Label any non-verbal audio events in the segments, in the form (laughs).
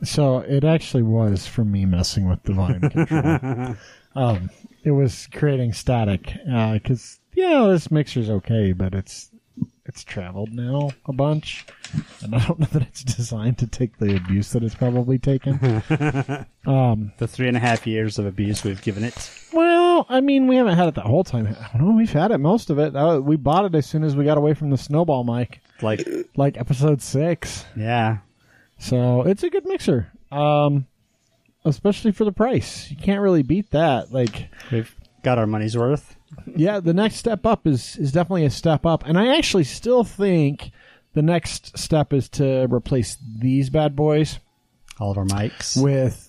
it actually was from me messing with the volume control. um, it was creating static because yeah, this mixer's okay, but it's it's traveled now a bunch, and I don't know that it's designed to take the abuse that it's probably taken. um, The three and a half years of abuse we've given it. well, I mean, we haven't had it the whole time. No, we've had it most of it. Uh, we bought it as soon as we got away from the snowball mic, Like, like episode six. yeah. So it's a good mixer, um, especially for the price. You can't really beat that. Like, We've got our money's worth. yeah, the next step up is is definitely a step up, and I actually still think the next step is to replace these bad boys All of our mics. with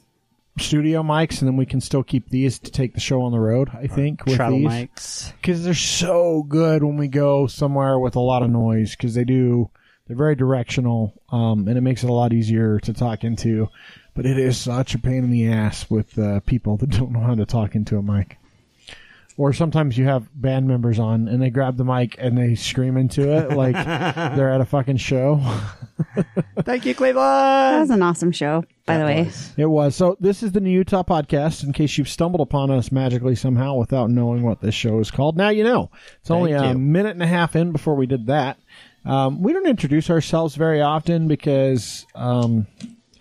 studio mics, and then we can still keep these to take the show on the road. I think with travel these. mics. because they're so good when we go somewhere with a lot of noise because they do they're very directional um, and it makes it a lot easier to talk into but it is such a pain in the ass with uh, people that (laughs) don't know how to talk into a mic or sometimes you have band members on and they grab the mic and they scream into it like they're at a fucking show Thank you, Cleveland. That was an awesome show, by the way. It was. So this is the New Utah podcast. In case you've stumbled upon us magically somehow without knowing what this show is called, now you know. It's only a you. minute and a half in before we did that. Um, we don't introduce ourselves very often because um,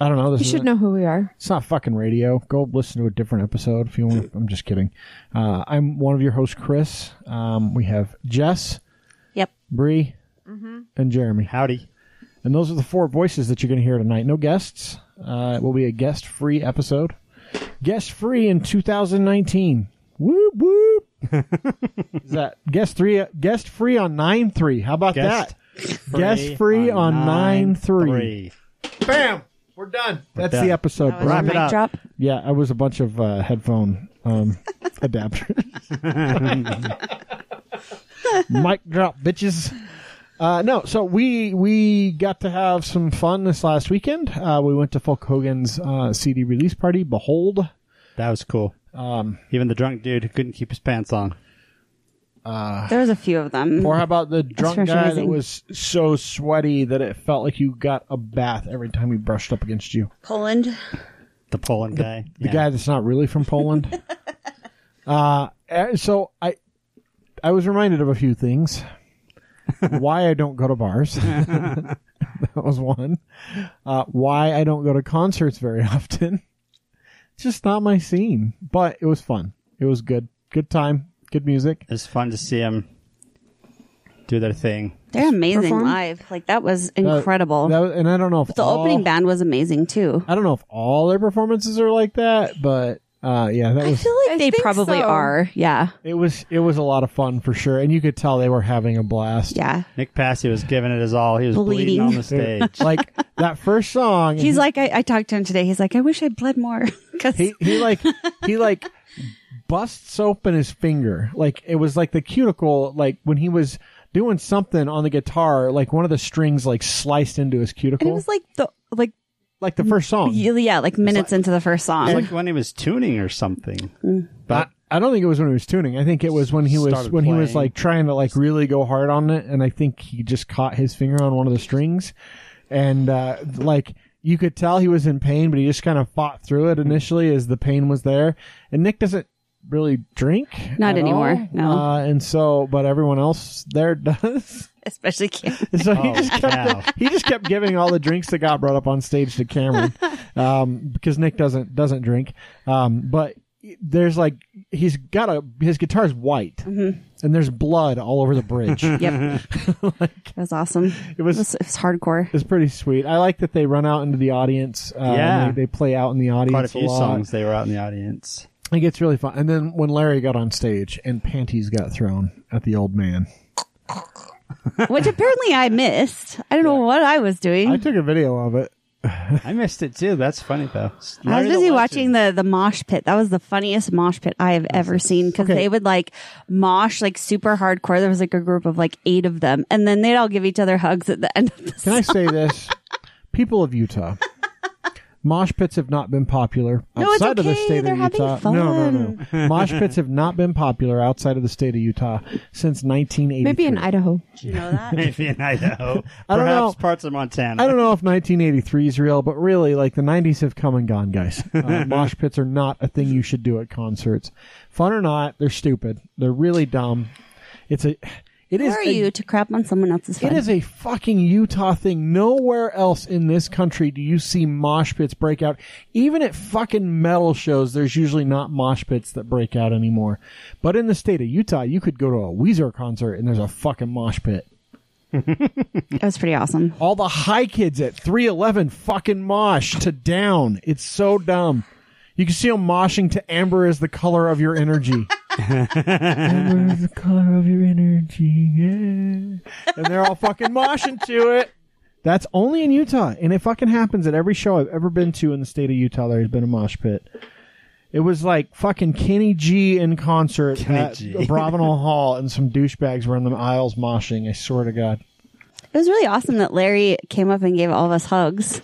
I don't know. This You is should know who we are. It's not fucking radio. Go listen to a different episode if you want. I'm just kidding. Uh, I'm one of your hosts, Chris. Um, we have Jess, Yep. Bree, Mm-hmm. and Jeremy. Howdy. And those are the four voices that you're going to hear tonight. No guests. Uh, it will be a guest free episode. Guest free in 2019. Whoop (laughs) whoop. Is that guest three? Guest free on nine three. How about Guest that? Guest free on nine three. three. Bam. We're done. That's done. the episode. That bro. was your Wrap it mic up. drop. Yeah, I was a bunch of uh, headphone um, adapters. Mic drop, bitches. Uh, no, so we we got to have some fun this last weekend. Uh, we went to Folk Hogan's uh, CD release party. Behold, That was cool. Um, Even the drunk dude who couldn't keep his pants on. There was a few of them. or how about the drunk fresh guy that amazing. was so sweaty that it felt like you got a bath every time he brushed up against you? Poland. The Poland guy. the guy that's not really from (laughs) Poland. uh, eh, so I, I was reminded of a few (laughs) things. Why I don't go to bars. that was one. Uh, why I don't go to concerts very often. (laughs) It's just not my scene. But it was fun. It was good. Good time. Good music. It's fun to see him do their thing. They're amazing Perform? live. Like that was Uh, incredible. that was- and I don't know if the all- opening band was amazing too. I don't know if all their performances are like that, but uh, yeah, that was. I they think probably so. are. Yeah. It was it was a lot of fun for sure, and you could tell they were having a blast. Yeah. Nick Passy was giving it his all. He was bleeding, Bleeding. on the stage. like that first song. He's like, I, I talked to him today. He's like, I wish I bled more. (laughs) Cause Mhm. he, he like he like busts open his finger. Like it was like the cuticle. Like when he was doing something on the guitar, like one of the strings like sliced into his and cuticle. it was like the, like, like the first song. yeah, like minutes into the first song. It's like when he was tuning or something. I, But I don't think it was when he was tuning. I think it was when he was Started when he was playing. like trying to like really go hard on it, and I think he just caught his finger on one of the strings, and uh, like you could tell he was in pain, but he just kind of fought through it initially as the pain was there. And Nick doesn't really drink, Not at anymore, all. no. Uh, and so, but everyone else there (laughs) does. (laughs) Especially Kim. And so he Oh, just kept wow. he just kept giving all the drinks that got brought up on stage to Cameron, um, because Nick doesn't doesn't drink. Um, but there's like he's got a his guitar's white, and there's blood all over the bridge. it Yep. it was awesome. It was- was, it was, hardcore. was pretty sweet. I like that they run out into the audience. Uh, and Yeah. they, they play out in the audience quite a few lot. songs they were out in the audience. It gets really fun. And then when Larry got on stage and panties got thrown at the old man, Which apparently I missed. I don't know what I was doing. I I took a video of it. I missed it too. That's funny though. was busy watching the, the mosh pit. That was the funniest mosh pit I have ever seen because they would like mosh like super hardcore. There was like a group of like eight of them, and then (laughs) they'd all give each other hugs at the end of the Can I say this? People of Utah, Mosh pits have not been popular No, it's outside of the okay. state They're of having Utah. No, no, no. Mosh pits have not been popular outside of the state of Utah since 1983. Maybe in Idaho. Do you know that? Maybe in Idaho. (laughs) I don't Perhaps know. parts of Montana. I don't know if 1983 is real, but really, like the 90s have come and gone, guys. Uh, mosh pits are not a thing you should do at concerts. Fun or not, they're stupid. They're really dumb. It's a. It Who is are a- you to crap on someone else's It fun? is a fucking Utah thing. Nowhere else in this country do you see mosh pits break out. Even at fucking metal shows, there's usually not mosh pits that break out anymore. But in the state of Utah, you could go to a Weezer concert and there's a fucking mosh pit. That was pretty awesome. All the high kids at 311 fucking mosh to down. It's so dumb. You can see them moshing to amber is the color of your (laughs) energy. amber is the color of your energy. Yeah. And they're all fucking moshing to it. That's only in Utah. And it fucking happens at every show I've ever been to in the state of Utah. There's been a mosh pit. It was like fucking Kenny G in concert Kenny at G. Bravenal Hall, and some douchebags were in the aisles moshing. I swear to God. It was really awesome that Larry came up and gave all of us hugs.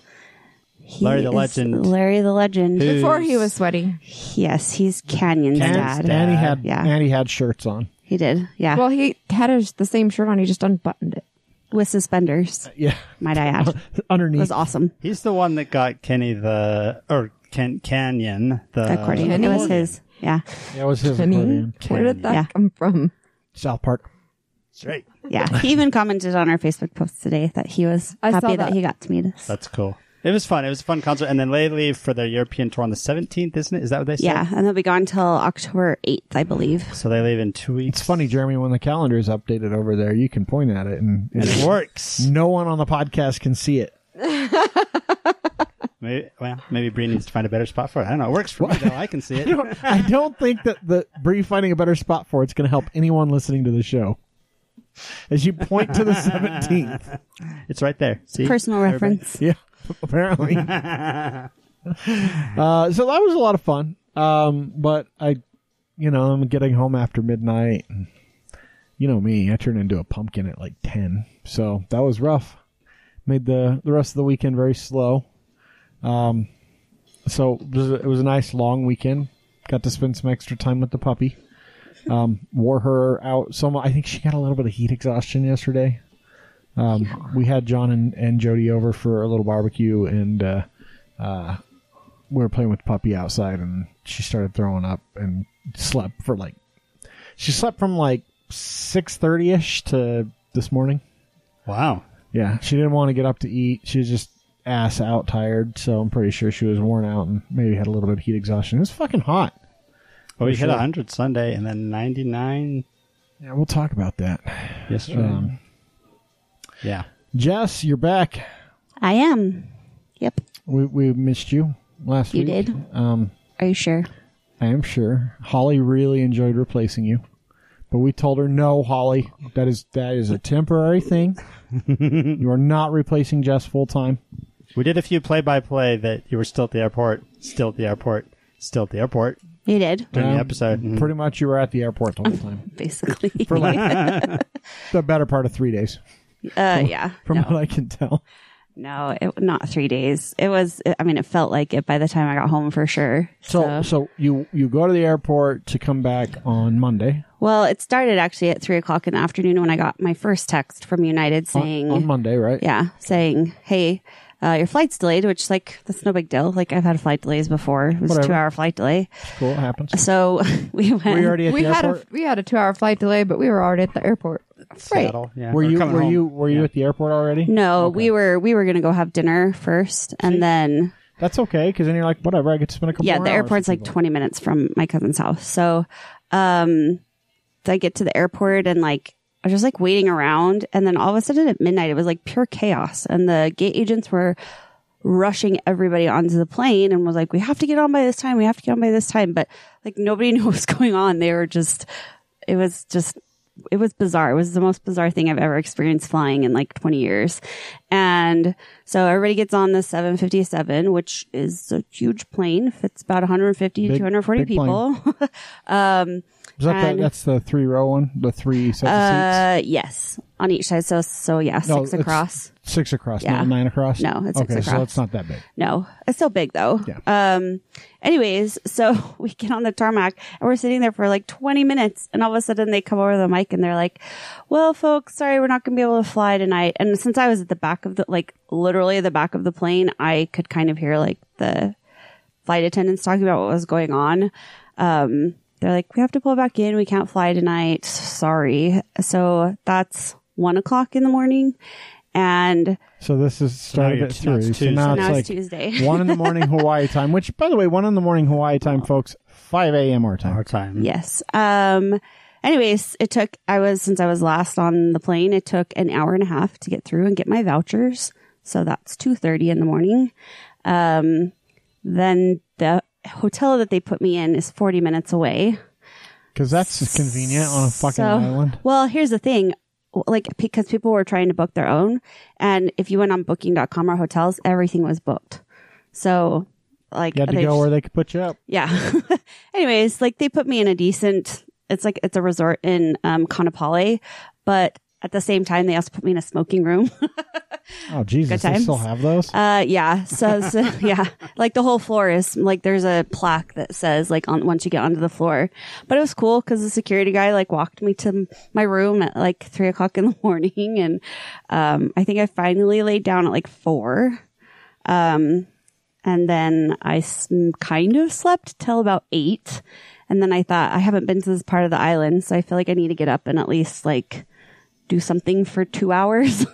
He Larry the is legend. Larry the legend. Who- Before he was sweaty. Yes, he's Canyon's And, dad. and he had Yeah. and he had shirts on. He did. Yeah. Well, he had his, the same shirt on. He just unbuttoned it. With suspenders, Yeah, might I add. It (laughs) underneath. was awesome. He's the one that got Kenny the or Ken Canyon the, The accordion. It was his. Yeah. That was his Penny, accordion. where did that Yeah. come from? South Park. That's right. Yeah. He even commented on our Facebook post today that he was I happy saw that. that. he got to meet us. That's cool. It was fun. It was a fun concert. And then they leave for their European tour on the 17th, isn't it? Is that what they said? yeah. And they'll be gone till October 8th, I believe. So they leave in two weeks. It's funny, Jeremy, when the calendar is updated over there, you can point at it and And it's- it (laughs) works. no one on the podcast can see it. Maybe, well, maybe Bree needs to find a better spot for it. I don't know. It works for me, though. I (laughs) can see I it. don't, I don't think that the Bree finding a better spot for it's going to help anyone listening to the show. As you point (laughs) to the 17th. It's right there. See? Personal Everybody- (laughs) reference. Yeah, apparently. uh, so that was a lot of fun. Um, but I, you know, I'm getting home after midnight. And you know me, I turn into a pumpkin at like 10. So that was rough. Made the, the rest of the weekend very slow. Um, so it was, a, it was a nice long weekend. Got to spend some extra time with the puppy. Um, wore her out. Some, I think she got a little bit of heat exhaustion yesterday. Um, We had John and, and Jody over for a little barbecue, and uh, uh, we were playing with puppy outside, and she started throwing up and slept for like she slept from like six thirty ish to this morning. Wow. Yeah, she didn't want to get up to eat. She was just ass out tired, so I'm pretty sure she was worn out and maybe had a little bit of heat exhaustion. It was fucking hot. Well, we For hit sure. 100 Sunday and then 99 Yeah, we'll talk about that. yesterday. Um, yeah. Jess, you're back. I am. Yep. We we missed you last You week. did. Um, Are you sure? I am sure. Holly really enjoyed replacing you. But we told her, no, Holly, that is that is a temporary thing. you are not replacing Jess full time. We did a few play by play that you were still at the airport, still at the airport, still at the airport You did, during Um, the episode. Mhm. Pretty much you were at the airport the whole time. (laughs) basically. (laughs) For like the better part of three days. uh, yeah. (laughs) From what I can tell. No, it, not three days. It was, I mean, it felt like it by the time I got home for sure. So So- so you you go to the airport to come back on Monday. well, it started actually at three o'clock in the afternoon when I got my first text from United On- saying, on Monday, right? yeah, saying, hey, uh, your flight's delayed, which like, that's no big deal. Like I've had flight delays before. It was a Whatever. two hour flight delay. Cool, it happens. So (laughs) we went. Were you already at we the had airport? a we had a two hour flight delay, but we were already at the airport. right. Seattle, yeah. were Or you coming were home. you were you Yeah. at the airport already? No, we were, we were going to go have dinner first and then That's okay, because then you're like, whatever, I get to spend a couple yeah more the hours airport's with like people. 20 minutes from my cousin's house so um i get to the airport and like i was just like waiting around and then all of a sudden at midnight it was like pure chaos and the gate agents were rushing everybody onto the plane and was like we have to get on by this time we have to get on by this time but like nobody (laughs) knew what was going on they were just it was just it was bizarre. It was the most bizarre thing I've ever experienced flying in like 20 years. And so everybody gets on the 757, which is a huge plane, fits about 150 to Big- 240 big plane. people. um, Is that the, And- that's the three row one, the three sets of uh, yes. on each side. So, so yeah, No, six it's- across. Six across, Yeah. not nine across. No, it's six okay. So across. it's not that big. No, it's still big though. Yeah. Um, anyways, so (laughs) we get on the tarmac and we're sitting there for like 20 minutes and all of a sudden they come over the mic and they're like, well, folks, sorry, we're not going to be able to fly tonight. And since I was at the back of the, like literally the back of the plane, I could kind of hear like the flight attendants talking about what was going on. Um, they're like, we have to pull back in. We can't fly tonight. Sorry. So that's one o'clock in the morning. And So this is started you're at t- now it's three. So now Tuesday. now it's it's like (laughs) Tuesday. one in the (laughs) morning Hawaii time. Which, by the way, one in the morning Hawaii time, folks. Five a.m. our time. Our time. Yes. Um anyways, it took I was since I was last on the plane, it took an hour and a half to get through and get my vouchers. So that's 2:30 in the morning. Um then the hotel that they put me in is 40 minutes away. Because that's convenient on a fucking So- island. Well, here's the thing. Like because people were trying to book their own and if you went on booking.com or hotels, everything was booked. So like You had to they go just- where they could put you up. yeah. (laughs) Anyways, like they put me in a decent, it's like, it's a resort in um, Kanapale, but at the same time, they also put me in a smoking room. Oh Jesus, Good they still times. have those. Uh, yeah. So, so (laughs) yeah, like the whole floor is like there's a plaque that says like on once you get onto the floor. But it was cool because the security guy like walked me to m- my room at like three o'clock in the (laughs) morning, and um, I think I finally laid down at like four, um, and then I s- kind of slept till about eight, and then I thought I haven't been to this part of the island, so I feel like I need to get up and at least like do something for two hours.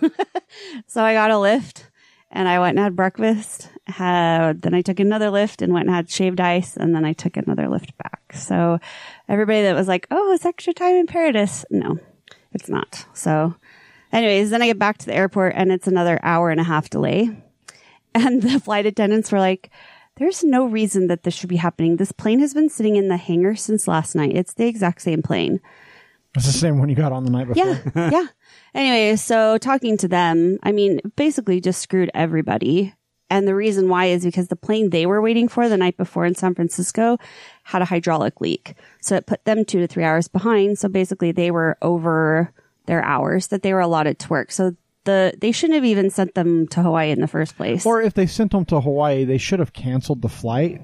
(laughs) so I got a lift and I went and had breakfast. Had, then I took another lift and went and had shaved ice. And then I took another lift back. So everybody that was like, oh, it's extra time in paradise. No, it's not. So, anyways, then I get back to the airport and it's another hour and a half delay. (laughs) And the flight attendants were like, there's no reason that this should be happening. This plane has been sitting in the hangar since last night. It's the exact same plane. It's the same one you got on the night before. (laughs) Yeah, yeah. Anyway, so talking to them, I mean, basically just screwed everybody. And the reason why is because the plane they were waiting for the night before in San Francisco had a hydraulic leak. So it put them two to three hours behind. So basically they were over their hours that they were allotted to work. So the, they shouldn't have even sent them to Hawaii in the first place. Or if they sent them to Hawaii, they should have canceled the flight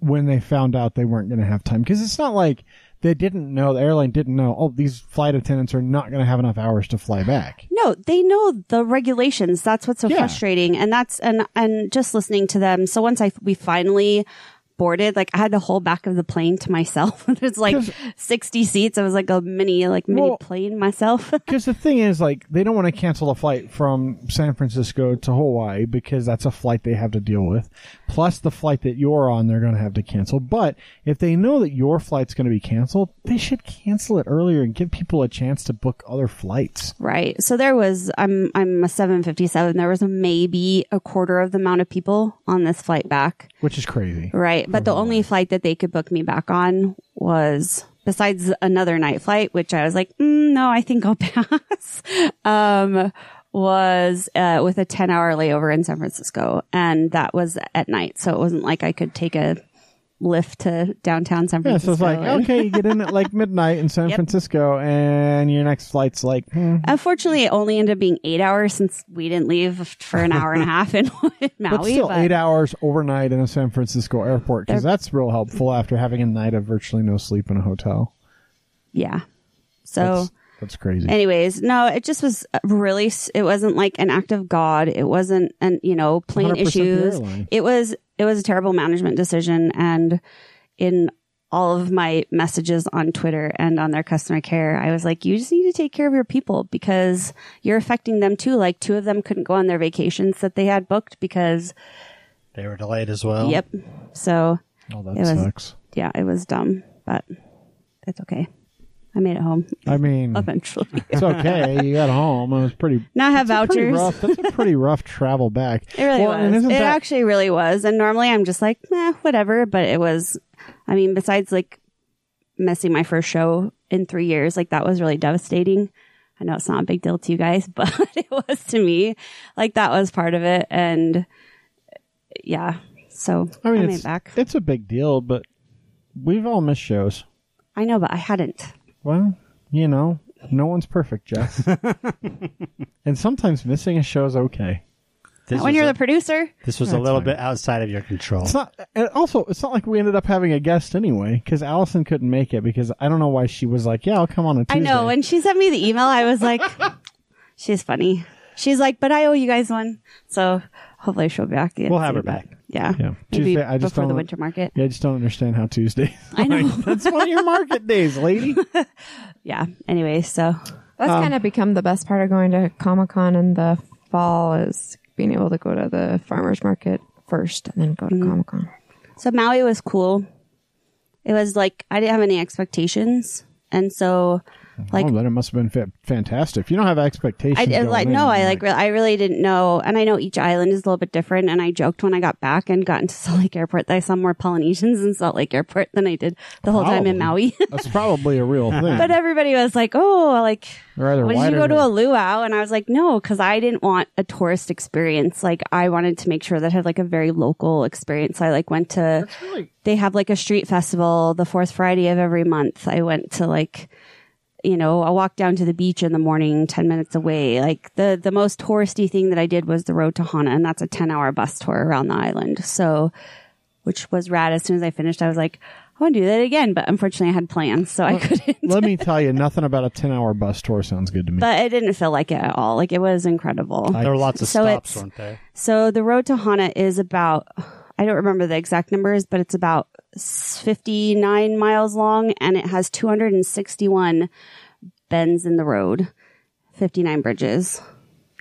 when they found out they weren't going to have time. Because it's not like they didn't know, the airline didn't know, oh, these flight attendants are not going to have enough hours to fly back. (laughs) No, they know the regulations. That's what's so Yeah. frustrating, and that's and and just listening to them. So once I we finally boarded, like I had the whole back of the plane to myself. (laughs) There's like 'Cause- sixty seats. I was like a mini like mini Well- plane myself. (laughs) Because the thing is, like, they don't want to cancel a flight from San Francisco to Hawaii because that's a flight they have to deal with. Plus, the flight that you're on, they're going to have to cancel. But if they know that your flight's going to be canceled, they should cancel it earlier and give people a chance to book other flights. Right. So there was I'm I'm a 757. There was maybe a quarter of the amount of people on this flight back. Which is crazy. Right. But the only flight that they could book me back on was besides another night flight, which I was like, mm, no, I think I'll (laughs) pass. um, was uh, with a 10 hour layover in San Francisco. And that was at night. So it wasn't like I could take a lift to downtown San Yeah, so Francisco. it's like, and- okay, you get in at like (laughs) midnight in San Yep. Francisco, and your next flight's like, hmm. Unfortunately, it only ended up being eight hours since we didn't leave for an hour and a half in, (laughs) in Maui. but still eight hours overnight in a San Francisco airport because that's real helpful after having a night of virtually no sleep in a hotel. Yeah. So. That's, that's crazy. Anyways, no, Oh. it just was really, s- it wasn't like an act of God. It wasn't an, you know, plane 100% the issues. airline. It was, it was a terrible management decision. And in all of my messages on Twitter and on their customer care, I was like, you just need to take care of your people because you're affecting them too. Like two of them couldn't go on their vacations that they had booked because, They were delayed as well. yep. So oh, it that was- sucks. yeah, it was dumb, but it's okay. I made it home I mean, eventually. it's okay. You got home. It was pretty. now I have it's a pretty vouchers. rough- that's a pretty rough travel back. (laughs) It really well, And was. isn't It that, actually really was. And normally I'm just like, eh, whatever. But it was, I mean, besides like missing my first show in three years, like that was really devastating. I know it's not a big deal to you guys, (laughs) but it was to me. Like that was part of it. And yeah, so I I, mean, made it's, it back. it's a big deal, but we've all missed shows. I know, but I hadn't. Well, you know, No one's perfect, Jess. and sometimes missing a show is okay. This Not when was you're a, the producer. this was a little bit outside of your control. It's not. And also, it's not like we ended up having a guest anyway, because Allison couldn't make it because I don't know why she was like, "Yeah, I'll come on a Tuesday." I know. When she sent me the email, I was (laughs) like, she's funny. She's like, but I owe you guys one. So hopefully she'll be back. We'll have her back. Yeah. Yeah. Maybe Tuesday, I just before the don't- winter (laughs) market. yeah, I just don't understand how (laughs) Tuesday. I know. That's one of your market days, lady. (laughs) yeah. Anyway, so That's kind of become the best part of going to Comic Con in the fall is being able to go to the farmers market first and then go to Comic Con. So Maui was cool. It was like I didn't have any expectations, and so (laughs) like oh, then it must have been fa- fantastic. If you don't have expectations, I going like in, no, I you're like re- I really didn't know. And I know each island is a little bit different. And I joked when I got back and got into (laughs) Salt Lake Airport that I saw more Polynesians in Salt Lake Airport than I did the whole time in Probably. Maui. "Oh, (laughs) That's probably a real thing. but everybody was like, "Oh, like." They're either When did you white go or (laughs) to a luau? And I was like, no, because I didn't want a tourist experience. Like, I wanted to make sure that I had like a very local experience. I like went to, they have like a street festival the fourth Friday of every month. I went to like, you know, I walked down to the beach in the morning, 10 minutes away. Like the, the most touristy thing that I did was the road to Hana and that's a 10 hour bus tour around the island. So, which was rad. As soon as I finished, I was like, I want to do that again. But unfortunately I had plans, so I couldn't. Let (laughs) me tell you, nothing about a ten-hour bus tour sounds good to me. But it didn't feel like it at all. Like it was incredible. there were lots of So stops, it's- weren't there? So the road to Hana is about, I don't remember the exact numbers, but it's about s- 59 miles long and it has 261 bends in the road, 59 bridges.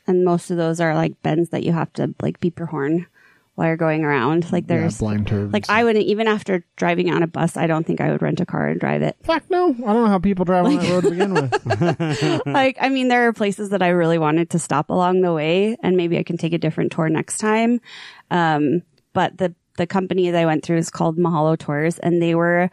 And most of those are like bends that you have to like beep your horn while you're going around. Like yeah, there's, blind turds. like I wouldn't, even after driving on a bus, I don't think I would rent a car and drive it. fuck no. I don't know how people drive on that road to begin with. Mm. like i mean there are places that i really wanted to stop along the way and maybe i can take a different tour next time um, but the the company that i went through is called mahalo tours and they were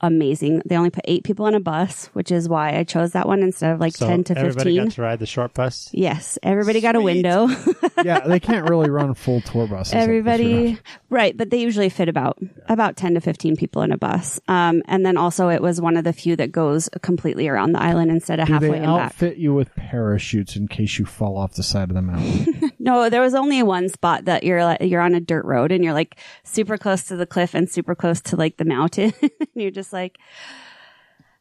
amazing they only put eight people on a bus which is why i chose that one instead of like So 10 to everybody 15 got to ride the short bus. yes everybody got (laughs) a window (laughs) (laughs) yeah, they can't really run full tour buses. up this road. everybody right but they usually fit about about 10 to 15 people in a bus um, and then also it was one of the few that goes completely around the island instead of Do halfway they and back outfit you with parachutes in case you fall off the side of the mountain? No, there was only one spot that you're like, you're on a dirt road and you're like super close to the cliff and super close to like the mountain. (laughs) and you're just like,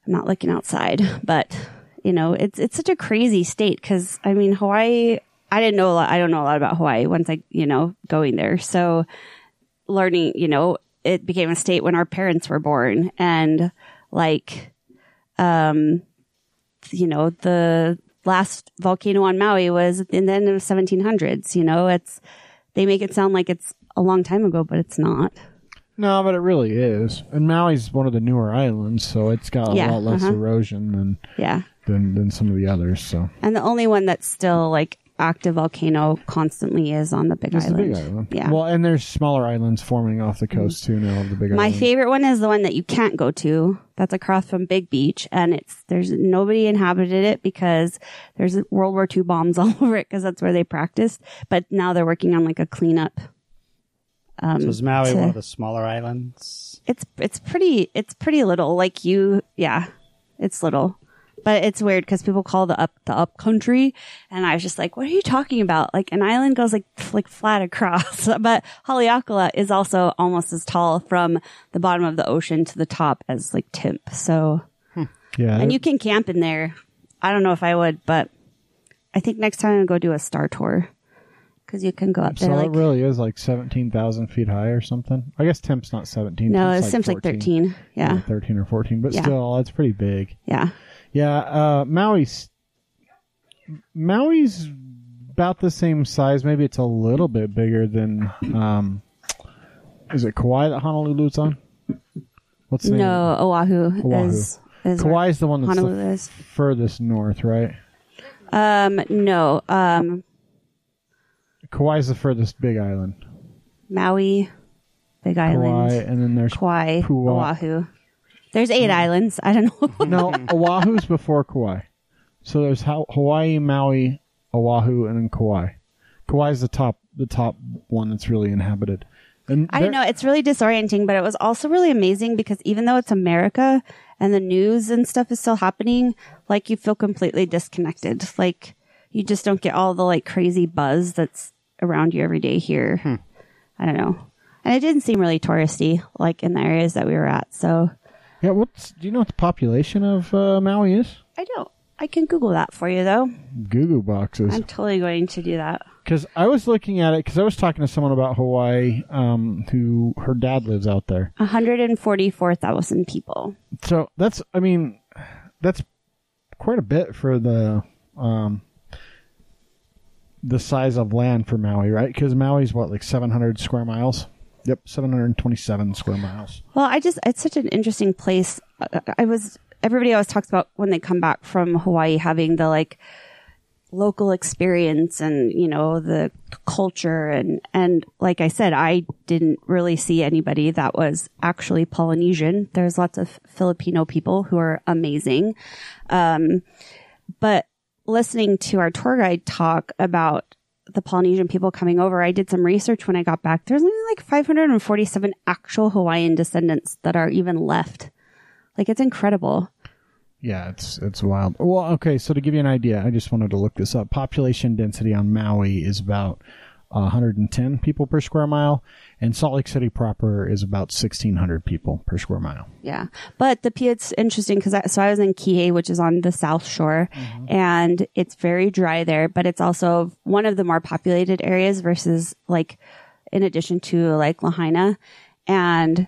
I'm not looking outside, but you know, it's, it's such a crazy state. Cause I mean, Hawaii, I didn't know a lot. I don't know a lot about Hawaii once I, you know, going there. So learning, you know, it became a state when our parents were born and like, um, you know the last volcano on Maui was in the end of 1700s. You know, it's they make it sound like it's a long time ago, but it's not. no, but it really is. And Maui's one of the newer islands, so it's got a Yeah, lot less uh-huh. erosion than, Yeah, than than some of the others. So and the only one that's still like active volcano constantly is on the Big it's the Island. big island. Yeah. Mm-hmm. Well, and there's smaller islands forming off the coast too now of the big my island. favorite one is the one that you can't go to. That's across from Big Beach, and it's there's nobody inhabited it because there's World War II bombs (laughs) all over it because that's where they practiced. But now they're working on like a cleanup. So is Maui um, to- one of the smaller islands? it's it's pretty it's pretty little like you yeah it's little but it's weird because people call the up the up country and i was just like what are you talking about like an island goes like f- like flat across (laughs) but haleakala is also almost as tall from the bottom of the ocean to the top as like timp so Yeah. and you can camp in there i don't know if i would but i think next time i'm gonna go do a star tour because you can go up so there it like really is like 17,000 feet high or something. I guess Temp's not 17. no it Temp's seems like 13 Yeah, yeah 13 or 14, but Yeah. still, that's pretty big. yeah Yeah, uh, Maui's Maui's about the same size. Maybe it's a little bit bigger than. Um, is it Kauai that Honolulu's on? What's the No, Oahu, Oahu. is is name? Kauai's the one that's the Honolulu is. furthest north, right? Um, no, um, Kauai's the furthest big island. Maui, Big Kauai, Island, and then there's Kauai, Pua- Oahu. There's eight Hmm. islands. I don't know. (laughs) no Oahu's before Kauai. So there's Hau- Hawaii, Maui, Oahu, and then Kauai. Kauai's the top, the top one that's really inhabited. And I don't there- know. It's really disorienting, but it was also really amazing because even though it's America and the news and stuff is still happening, like you feel completely disconnected. Like you just don't get all the like crazy buzz that's around you every day here. Hmm. I don't know. And it didn't seem really touristy, like in the areas that we were at. So Yeah, what's do you know what the population of uh, Maui is? I don't. I can Google that for you though. Goo goo boxes. I'm totally going to do that. Because I was looking at it because I was talking to someone about Hawaii, um, who her dad lives out there. 144,000 people. So that's I mean, that's quite a bit for the um, the size of land for Maui, right? Because Maui's what like 700 square miles. Yep, 727 square miles. Well, I just, it's such an interesting place. I- I was, everybody always talks about when they come back from Hawaii having the like local experience and, you know, the culture. And, and like I said, I didn't really see anybody that was actually Polynesian. There's lots of Filipino people who are amazing. Um, but listening to our tour guide talk about the Polynesian people coming over, I did some research when I got back. There's only like 547 actual Hawaiian descendants that are even left. Like it's incredible. Yeah, it's it's wild. Well, okay, so to give you an idea, I just wanted to look this up. Population density on Maui is about uh, 110 people per square mile, and Salt Lake City proper is about 1,600 people per square mile. Yeah. But the P, it's interesting because I, so I was in Kihei, which is on the South Shore, and it's very dry there, but it's also one of the more populated areas versus like, in addition to like Lahaina. And,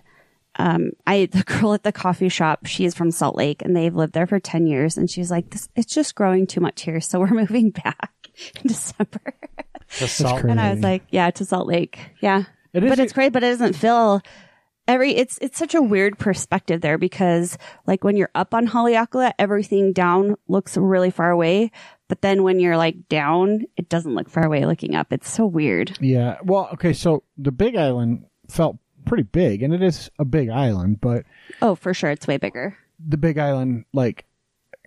um, I, (laughs) the girl at the coffee shop, she is from Salt Lake and they've lived there for 10 years. And she's like, this, it's just growing too much here. So we're (laughs) moving back in December. The salt. crazy. And I was like, yeah, to Salt Lake. Yeah. It is but a- it's great, but it doesn't feel every it's it's such a weird perspective there because like when you're up on Haleakala, everything down looks really far away. But then when you're like down, it doesn't look far away looking up. It's so weird. Yeah. Well, okay, so the Big Island felt pretty big, and it is a big island, but Oh, for sure. It's way bigger. the Big Island, like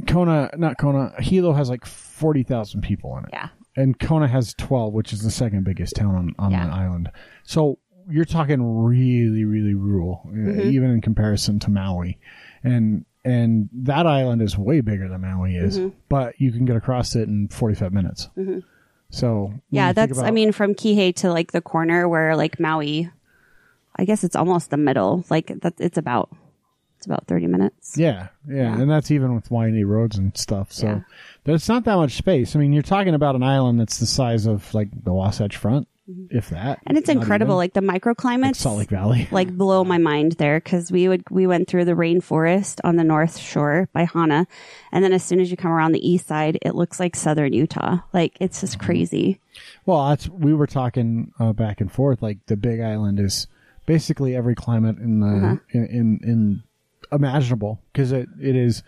Kona, not Kona, Hilo has like 40,000 people on it. Yeah. and Kona has 12, which is the second biggest town on, on Yeah. the island. So you're talking really, really rural, uh, Mm-hmm. even in comparison to Maui. And and that island is way bigger than Maui is, Mm-hmm. but you can get across it in 45 minutes. So when you Yeah, think that's I about- mean from Kihei to like the corner where like Maui I guess it's almost the middle. Like that it's about it's about thirty minutes. Yeah, yeah, and that's even with windy roads and stuff. So Yeah. there's not that much space. I mean, you're talking about an island that's the size of like the Wasatch Front, if that. Mm-hmm. And it's not incredible, even. like the microclimates. like Salt Lake Valley. like blow my mind there because we would we went through the rainforest on the north shore by Hana, and then as soon as you come around the east side, it looks like southern Utah. Like it's just crazy. Well, that's we were talking uh, back and forth. Like the Big Island is basically every climate in the in, in in imaginable because it it is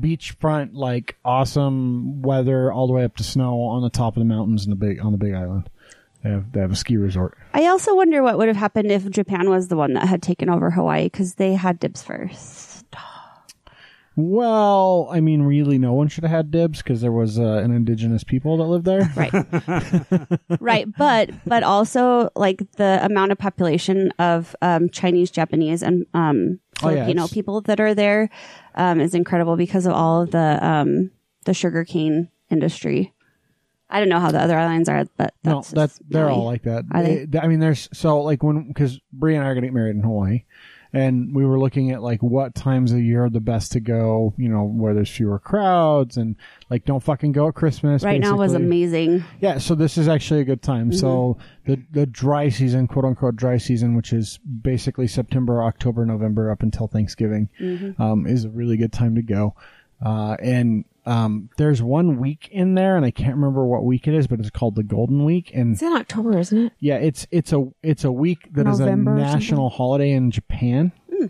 beachfront like awesome weather all the way up to snow on the top of the mountains in the big on the Big Island. They have they have a ski resort. I also wonder what would have happened if Japan was the one that had taken over Hawaii because they had dibs first. Well, I mean, really, no one should have had dibs because there was uh, an indigenous people that lived there. Right. right. But but also like the amount of population of um, Chinese, Japanese, and um, Oh, yeah, Filipino it's- people that are there um, is incredible because of all of the um, the sugarcane industry. I don't know how the other islands are, but that's no, just that's they're Maui. all like that. Are they? It- I mean, there's so like when because Brie and I are gonna get married in Hawaii, and we were looking at like what times of year are the best to go. You know, where there's fewer crowds and like don't fucking go at Christmas. right now was basically. amazing. Mm-hmm. Yeah, so this is actually a good time. So the the dry season, quote unquote dry season, which is basically September, October, November up until Thanksgiving, Mm-hmm. um, is a really good time to go. Uh, and um, there's one week in there, and I can't remember what week it is, but it's called the Golden Week, and It's in October, isn't it? yeah, it's it's a it's a week that is November or a national holiday in Japan, Hmm.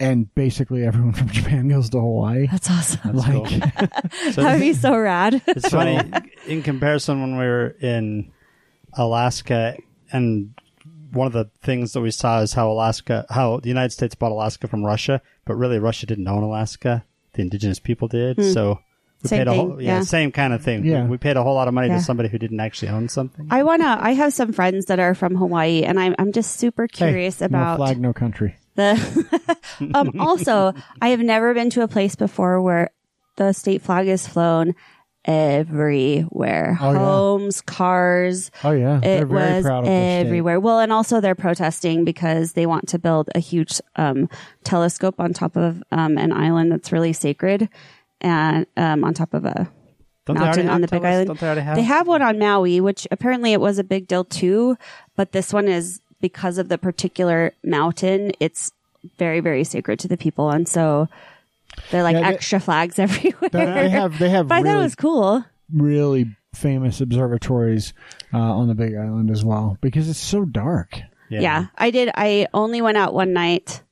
and basically everyone (laughs) from Japan goes to Hawaii. That's (laughs) awesome. like (laughs) that would be so (laughs) rad. It's funny in comparison when we were in Alaska, and one of the things that we saw is how Alaska, how the United States bought Alaska from Russia, but really Russia didn't own Alaska. The indigenous people did. So We Hmm. Same paid a thing, whole, yeah, yeah. same kind of thing. Yeah. We, we paid a whole lot of money Yeah. to somebody who didn't actually own something. I wanna. I have some friends that are from Hawaii, and I'm I'm just super curious about no flag, no country. the. (laughs) um, also, I have never been to a place before where the state flag is flown everywhere. Oh, yeah. Homes, cars. Oh yeah, they're It very was proud of their state. everywhere. Well, and also they're protesting because they want to build a huge um, telescope on top of um, an island that's really sacred, and um, on top of a Don't they already mountain have on the Big tele- Island. Don't they already have? They have one on Maui, which apparently it was a big deal too, but this one is because of the particular mountain, it's very, very sacred to the people. And so they're like Yeah, they- extra flags (laughs) everywhere. They- They have they have but (laughs) I thought it really was cool. really famous observatories uh, on the Big Island as well because it's so dark. Yeah. I did. I only went out one night.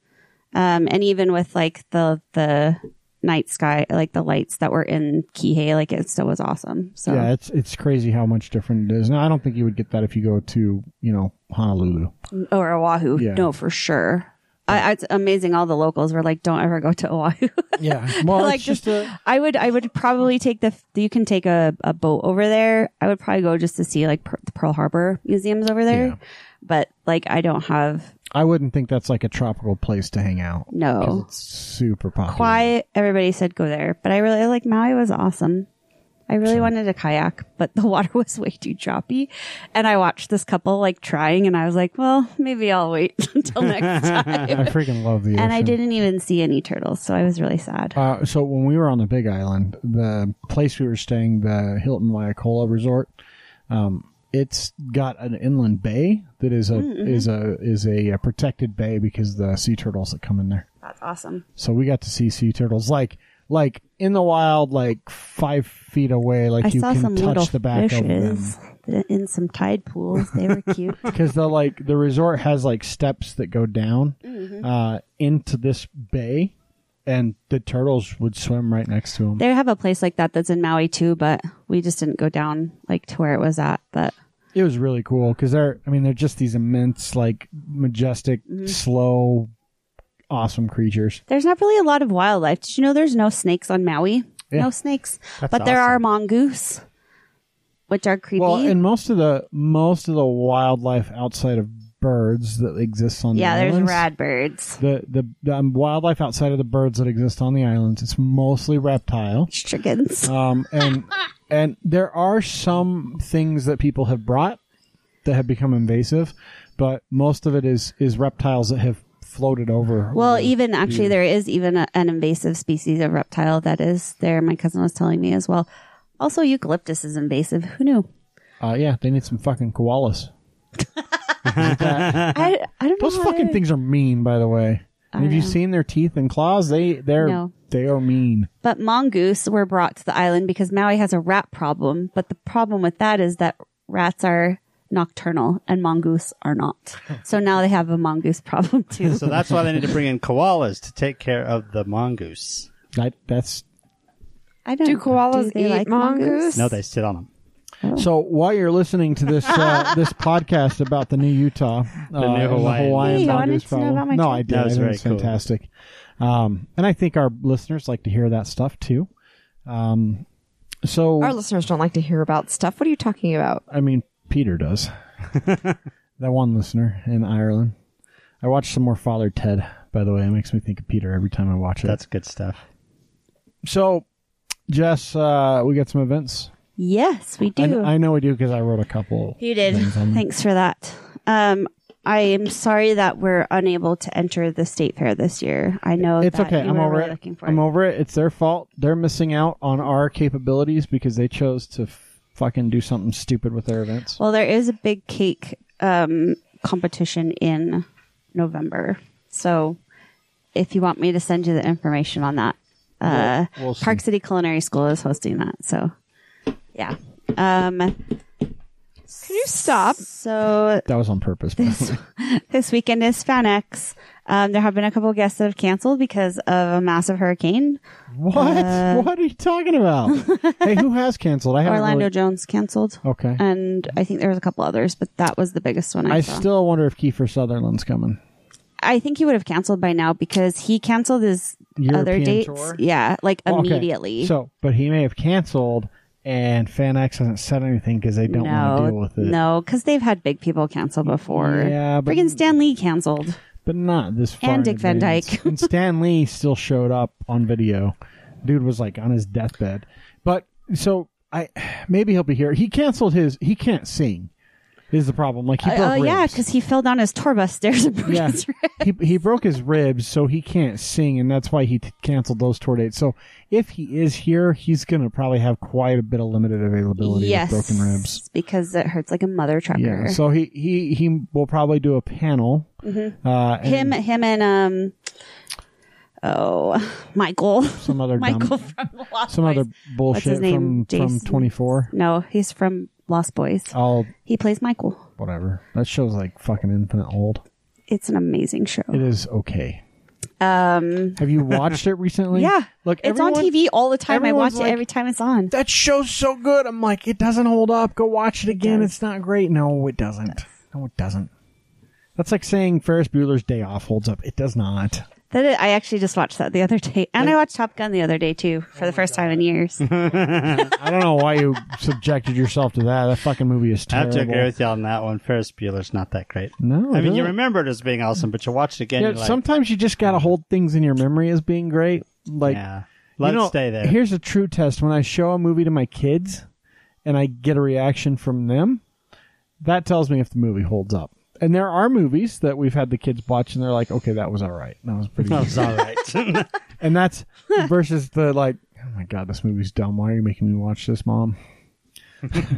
Um, and even with like the, the night sky, like the lights that were in Kihei, like it still was awesome. So Yeah, it's it's crazy how much different it is. Now I don't think you would get that if you go to you know Honolulu. or Oahu. Yeah. No, for sure. I, it's amazing. All the locals were like, "Don't ever go to Oahu." (laughs) Yeah, well, Like it's just a I would, I would probably take the. f- You can take a, a boat over there. I would probably go just to see like per, the Pearl Harbor museums over there. Yeah. But like, I don't have I wouldn't think that's like a tropical place to hang out. 'Cause no. It's super popular. Why everybody said go there, but I really like Maui was awesome. I really wanted a kayak, but (laughs) the water was way too choppy, and I watched this couple like trying, and I was like, well, maybe I'll wait (laughs) (laughs) until next time. I freaking love the ocean. And I didn't even see any turtles, so I was really sad. Uh, so when we were on the Big Island, the place we were staying, the Hilton Wayakola Resort, um, it's got an inland bay that is a Mm, mm-hmm. is a is a protected bay because the sea turtles that come in there. That's awesome. So we got to see sea turtles like like in the wild, like five feet away, like I you saw can some little touch the back of them fishes th- in some tide pools. They were cute. (laughs) because the like the resort has like steps that go down Mm-hmm. uh, into this bay, and the turtles would swim right next to them. they have a place like that that's in Maui too, but we just didn't go down like to where it was at. But It was really cool because they're, I mean, they're just these immense, like majestic, Mm-hmm. slow, awesome creatures. there's not really a lot of wildlife. Did you know there's no snakes on Maui? Yeah. No snakes, That's but there are awesome. mongoose, which are creepy. Well, and most of the most of the wildlife outside of birds that exists on yeah, the there's islands, rad birds. The the, the um, wildlife outside of the birds that exist on the islands, it's mostly reptile. Chickens. Um, and and there are some things that people have brought that have become invasive, but most of it is is reptiles that have floated over. Well, even actually, there is even a, an invasive species of reptile that is there. My cousin was telling me as well. Also, eucalyptus is invasive. Who knew? uh, yeah, they need some fucking koalas. I, I don't Those know. fucking things are mean, by the way. And have you seen their teeth and claws? They they're No. they are mean. But mongoose were brought to the island because Maui has a rat problem. But the problem with that is that rats are nocturnal and mongoose are not. So now they have a mongoose (laughs) problem (laughs) too. So that's why they need to bring in koalas to take care of the mongoose. That that's I don't Do koalas they eat mongoose? No, they sit on them. so. While you're listening to this uh, this podcast about the new Utah, uh, new and Hawaiian. Hey, you wanted mongoose to know problem. about my no, trip? I did. That was I think very it's cool. fantastic. Um, and I think our listeners like to hear that stuff too. Um, so Our listeners don't like to hear about stuff. What are you talking about? I mean, Peter does. that one listener in Ireland. I watched some more Father Ted. By the way, it makes me think of Peter every time I watch it. That's good stuff. So, Jess, uh, we got some events. Yes, we I, do. I know we do because I wrote a couple. You did. things on- Thanks for that. Um, I am sorry that we're unable to enter the state fair this year. I know It's that okay. you I'm were over really it. Looking for I'm it. over it. It's their fault. They're missing out on our capabilities because they chose to f- fucking do something stupid with their events. Well, there is a big cake um, competition in November. So if you want me to send you the information on that, uh, We'll- we'll see. Park City Culinary School is hosting that. So, yeah. Um, Can you stop? so that was on purpose. by the way. this weekend is FanX. Um, there have been a couple guests that have canceled because of a massive hurricane. (laughs) what? uh, what are you talking (laughs) about? hey, who has canceled? I haven't Orlando Uh, really- Jones canceled. Okay. And I think there was a couple others, but that was the biggest one I, I saw. still wonder if Kiefer Sutherland's coming. I think he would have canceled by now because he canceled his other European dates. tour? Yeah, like Well, okay. immediately. So, but he may have canceled, and FanX hasn't said anything because they don't want to deal with it. no, because they've had big people cancel before. Yeah, but- freaking Stan Lee canceled. but not this far. And in Dick Van advance. Dyke. and Stan Lee still showed up on video. Dude was like on his deathbed. But so I maybe he'll be here. He canceled his. He can't sing. Is the problem like he Oh broke ribs? yeah, because he fell down his tour bus stairs and broke Yeah. his rib. he he broke his ribs, so he can't sing, and that's why he t- canceled those tour dates. So if he is here, he's gonna probably have quite a bit of limited availability Yes, with broken ribs. because it hurts like a mother Yeah, trucker. so he he he will probably do a panel. Mm-hmm. Uh, and him, him, and um, oh, (laughs) Michael, some other dumb- Michael from the Lost some Boys. other bullshit his name? from from Jason- twenty four. No, he's from Lost Boys. Oh, He plays Michael. whatever. That show's like fucking infinite old. It's an amazing show. It is okay. Um, Have you watched it recently? (laughs) yeah, Look, it's on everyone- TV all the time. I watch everyone's it like- every time it's on. That show's so good. I'm like, it doesn't hold up. Go watch it again. it's not great. No, it doesn't. No, it doesn't. That's like saying Ferris Bueller's Day Off holds up. It does not. That is, I actually just watched that the other day, and I watched Top Gun the other day too for the first time (laughs) in years. I don't know why (laughs) you subjected yourself to that. That fucking movie is I have terrible. to agree with you on that one. Ferris Bueller's not that great. No, I mean, you no. remember it as being awesome, but you watch it again. Yeah, you're like, sometimes you just gotta hold things in your memory as being great. Like, yeah, you let's know, stay there. (laughs) Here's a true test: when I show a movie to my kids, and I get a reaction from them, that tells me if the movie holds up. And there are movies that we've had the kids watch, and they're like, "Okay, that was all right. That was pretty." that good." was all right. (laughs) And that's versus the like, "Oh my god, this movie's dumb. Why are you making me watch this, mom?"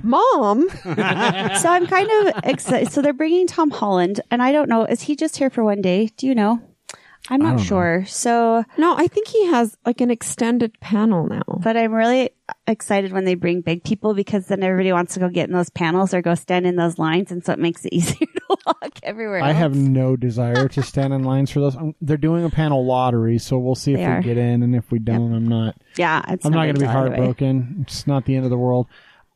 Mom, so I'm kind of excited. So they're bringing Tom Holland, and I don't know—is he just here for one day? Do you know? I'm not sure. So, no, I think he has like an extended panel now. but I'm really excited when they bring big people because then everybody wants to go get in those panels or go stand in those lines, and so it makes it (laughs) easier to walk everywhere. I else. have no desire to stand in lines for those. i they're doing a panel lottery, so we'll see if They we are. get in, and if we don't, I'm not. yeah. It's I'm not going to be ideal anyway. heartbroken. It's not the end of the world.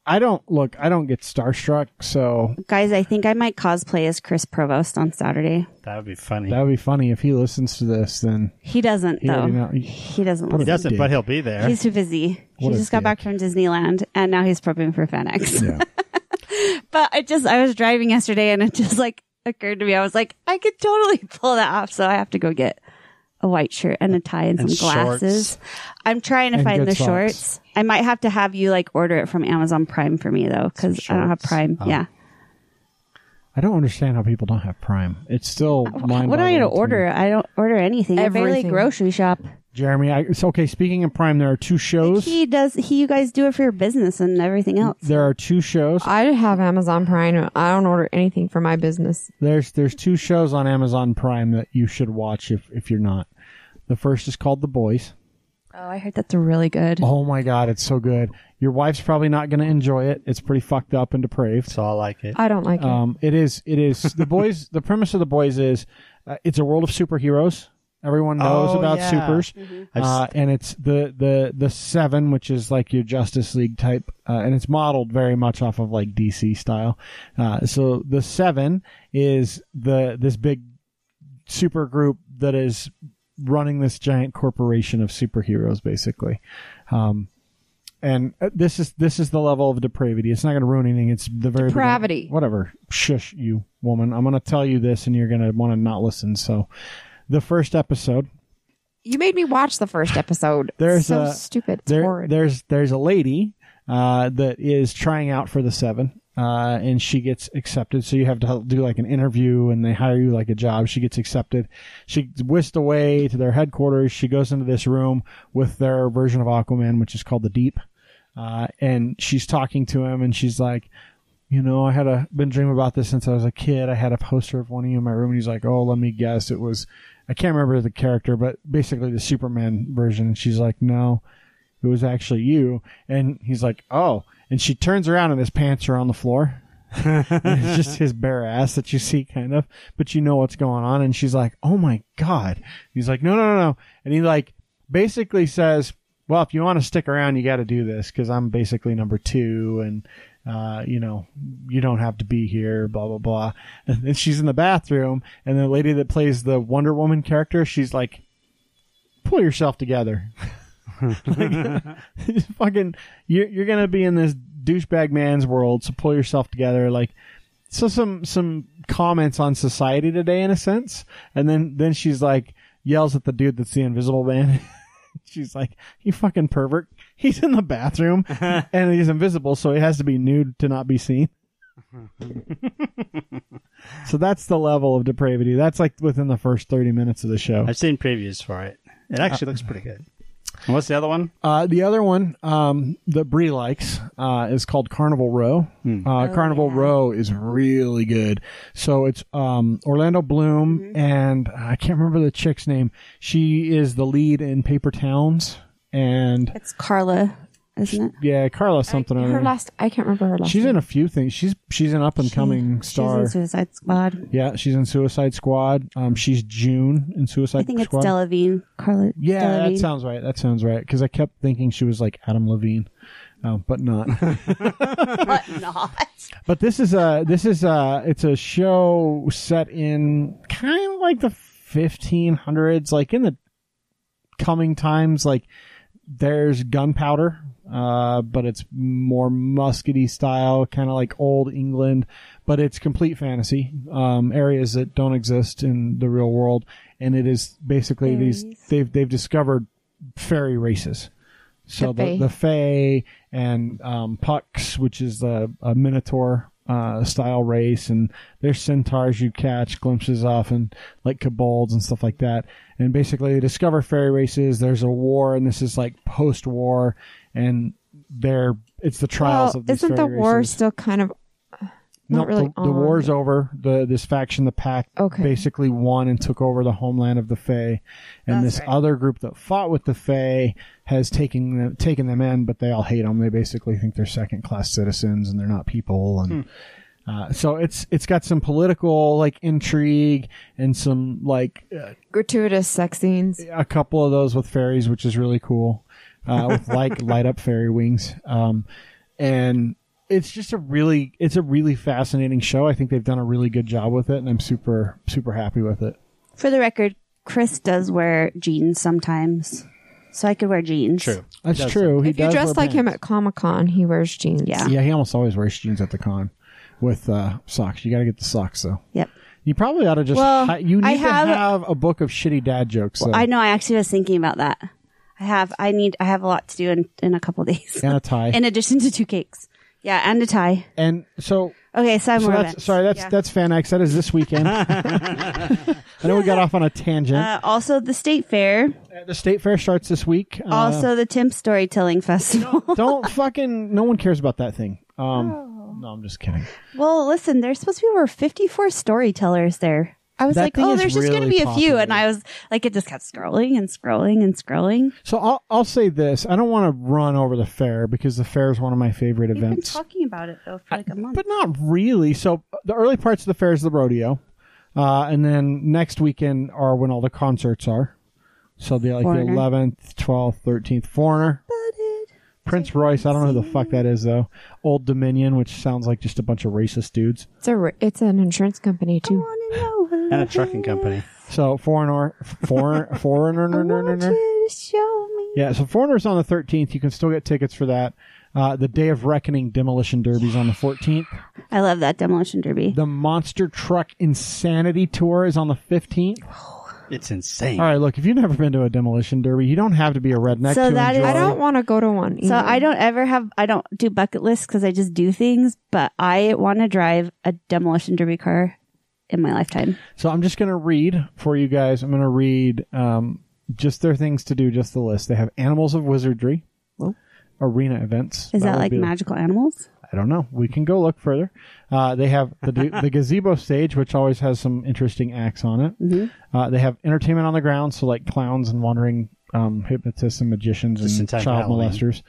I don't look. I don't get starstruck, so guys. I think I might cosplay as Chris Provost on Saturday. that would be funny. that would be funny if he listens to this. Then He doesn't He though. already know- He doesn't. What a he listen. doesn't, dick. but he'll be there. He's too busy. What a he just got dick. back from Disneyland and now he's prepping for FedEx. Yeah. (laughs) but I just, I was driving yesterday and it just like occurred to me. I was like, I could totally (laughs) pull that off. So I have to go get a white shirt and a tie and some And glasses. I'm trying to And find good the socks. shorts. I might have to have you like order it from Amazon Prime for me though, because I don't have Prime. Oh. Yeah. I don't understand how people don't have Prime. It's still mind. What am I going to order? I don't order anything. I barely Everything. grocery shop. Jeremy? I, it's okay. Speaking of Prime, there are two shows. He does, he, you guys do it for your business and everything else. There are two shows. Uh, I have Amazon Prime. I don't order anything for my business. There's there's two shows on Amazon Prime that you should watch if if you're not. The first is called The Boys. Oh, I heard that's really good. Oh my god, it's so good. Your wife's probably not going to enjoy it. It's pretty fucked up and depraved. so I like it. I don't like it. Um, it is. It is. The boys. the premise of the boys is, uh, it's a world of superheroes. Everyone knows Oh, about yeah. supers, I s- uh, and it's the the the seven, which is like your Justice League type, uh, and it's modeled very much off of like DC style. Uh, so the seven is the this big super group that is running this giant corporation of superheroes, basically. Um, and uh, this is this is the level of depravity. It's not going to ruin anything. It's the very Depravity. whatever. Shush, you woman. I'm going to tell you this, and you're going to want to not listen. So, the first episode, you made me watch the first episode. There's so a- stupid. It's there, horrid. there's there's a lady uh, that is trying out for the seven, uh, and she gets accepted. So you have to do like an interview, and they hire you like a job. She gets accepted. She's whisked away to their headquarters. She goes into this room with their version of Aquaman, which is called the Deep, uh, and she's talking to him, and she's like. You know, I had a been dreaming about this since I was a kid. I had a poster of one of you in my room, and he's like, "Oh, let me guess, it was." I can't remember the character, but basically the Superman version. And she's like, "No, it was actually you. And he's like, oh. And she turns around and his pants are on the floor. (laughs) And it's just his bare ass that you see, kind of. But you know what's going on. And she's like, oh my God. He's like, no, no, no, no. And he like basically says, well, if you want to stick around, you got to do this because I'm basically number two. And, uh, you know, you don't have to be here, blah, blah, blah. (laughs) And then she's in the bathroom. And the lady that plays the Wonder Woman character, she's like, pull yourself together. (laughs) like, just fucking, you're, you're gonna be in this douchebag man's world, so pull yourself together. Like, so some some comments on society today, in a sense, and then then she's like yells at the dude that's the Invisible Man. (laughs) she's like, "You fucking pervert! He's in the bathroom and he's invisible, so he has to be nude to not be seen." so that's the level of depravity. That's like within the first thirty minutes of the show. I've seen previews for it. It actually looks pretty good. And what's the other one? Uh, the other one um, that Bree likes uh, is called Carnival Row. Oh, Uh, Carnival Row is really good. So it's um, Orlando Bloom Mm-hmm. and uh, I can't remember the chick's name. She is the lead in Paper Towns and It's Carla, isn't it? yeah, Carla something. or her other. last. I can't remember her last. mm. she's name. in a few things. She's she's an up and coming star. She's in Suicide Squad. yeah, she's in Suicide Squad. Um, she's June in Suicide I think it's Squad. Delavine. Carla. Yeah, Delevingne. that sounds right. That sounds right. Because I kept thinking she was like Adam Levine, um, but not. but not. but this is a this is a it's a show set in kind of like the 1500s, like in the coming times. Like there's gunpowder, uh, but it's more muskety style, kind of like old England. But it's complete fantasy um, areas that don't exist in the real world, and it is basically these they've they've discovered fairy races. So the, The Fae. the Fae and um, Pucks, which is a, a Minotaur uh, style race, and there's centaurs you catch glimpses of, and like kobolds and stuff like that. And basically, they discover fairy races. There's a war, and this is like post war, and they're it's the trials Well, of these isn't the fairy war races. still kind of uh, not Nope, really the, the war's on. over. The this faction, the pack, Okay. basically won and took over the homeland of the Fae, and this other group that fought with the Fae has taken them, taken them in, but they all hate them. They basically think they're second class citizens and they're not people. And uh, so it's it's got some political like intrigue and some like uh, gratuitous sex scenes? a couple of those with fairies, which is really cool, uh, (laughs) with like light up fairy wings. Um, and it's just a really, it's a really fascinating show. I think they've done a really good job with it, and I'm super, super happy with it. For the record, Chris does wear jeans sometimes, so I could wear jeans. True. That's Does true. He If you does dress wear like him pants. at Comic Con, he wears jeans. Yeah. yeah, he almost always wears jeans at the con with uh, socks. You got to get the socks though. Yep. You probably ought to just. Well, hi- you need I have- to have a book of shitty dad jokes. though, I know. I actually was thinking about that. I have. I need. I have a lot to do in in a couple days. (laughs) and a tie. in addition to two cakes. Yeah, and a tie. and so Okay, so I'm So more that's, events. sorry, that's Yeah. that's Fan X. That is this weekend. I know we got off on a tangent. Uh, also, the state fair. Uh, the state fair starts this week. Uh, (laughs) also, the Timp Storytelling Festival. don't fucking. No one cares about that thing. Um, No, I'm just kidding. well, listen, there's supposed to be over 54 storytellers there. I was That like, thing oh, is there's just going to really be a few, popular. and I was like, it just kept scrolling and scrolling and scrolling. So I'll I'll say this. I don't want to run over the fair because the fair is one of my favorite We've been events. talking about it though for like a month. but not really. So uh, the early parts of the fair is the rodeo, uh, and then next weekend are when all the concerts are. So the like the Foreigner. 11th, 12th, 13th, Foreigner, Prince Royce. I don't know who the fuck that is though. Old Dominion, which sounds like just a bunch of racist dudes. It's a it's an insurance company too. (sighs) And a trucking company. So foreigner, foreign, foreigner, ner, ner, ner, ner. show me. yeah. So foreigners on the thirteenth. You can still get tickets for that. Uh, the Day of Reckoning Demolition Derby's on the fourteenth. I love that demolition derby. The Monster Truck Insanity Tour is on the fifteenth. It's insane. All right, look. If you've never been to a demolition derby, you don't have to be a redneck So to that is- enjoy. I don't want to go to one. so Mm. either. I don't ever have I don't do bucket lists because I just do things, but I want to drive a demolition derby car in my lifetime. So I'm just going to read for you guys. I'm going to read um, just their things to do, just the list. They have Animals of Wizardry, arena events. Is that, would like be- magical animals? I don't know. We can go look further. Uh, they have the, the gazebo stage, which always has some interesting acts on it. Mm-hmm. Uh, they have entertainment on the ground, so like clowns and wandering um, hypnotists and magicians Just in and time for child Halloween. molesters.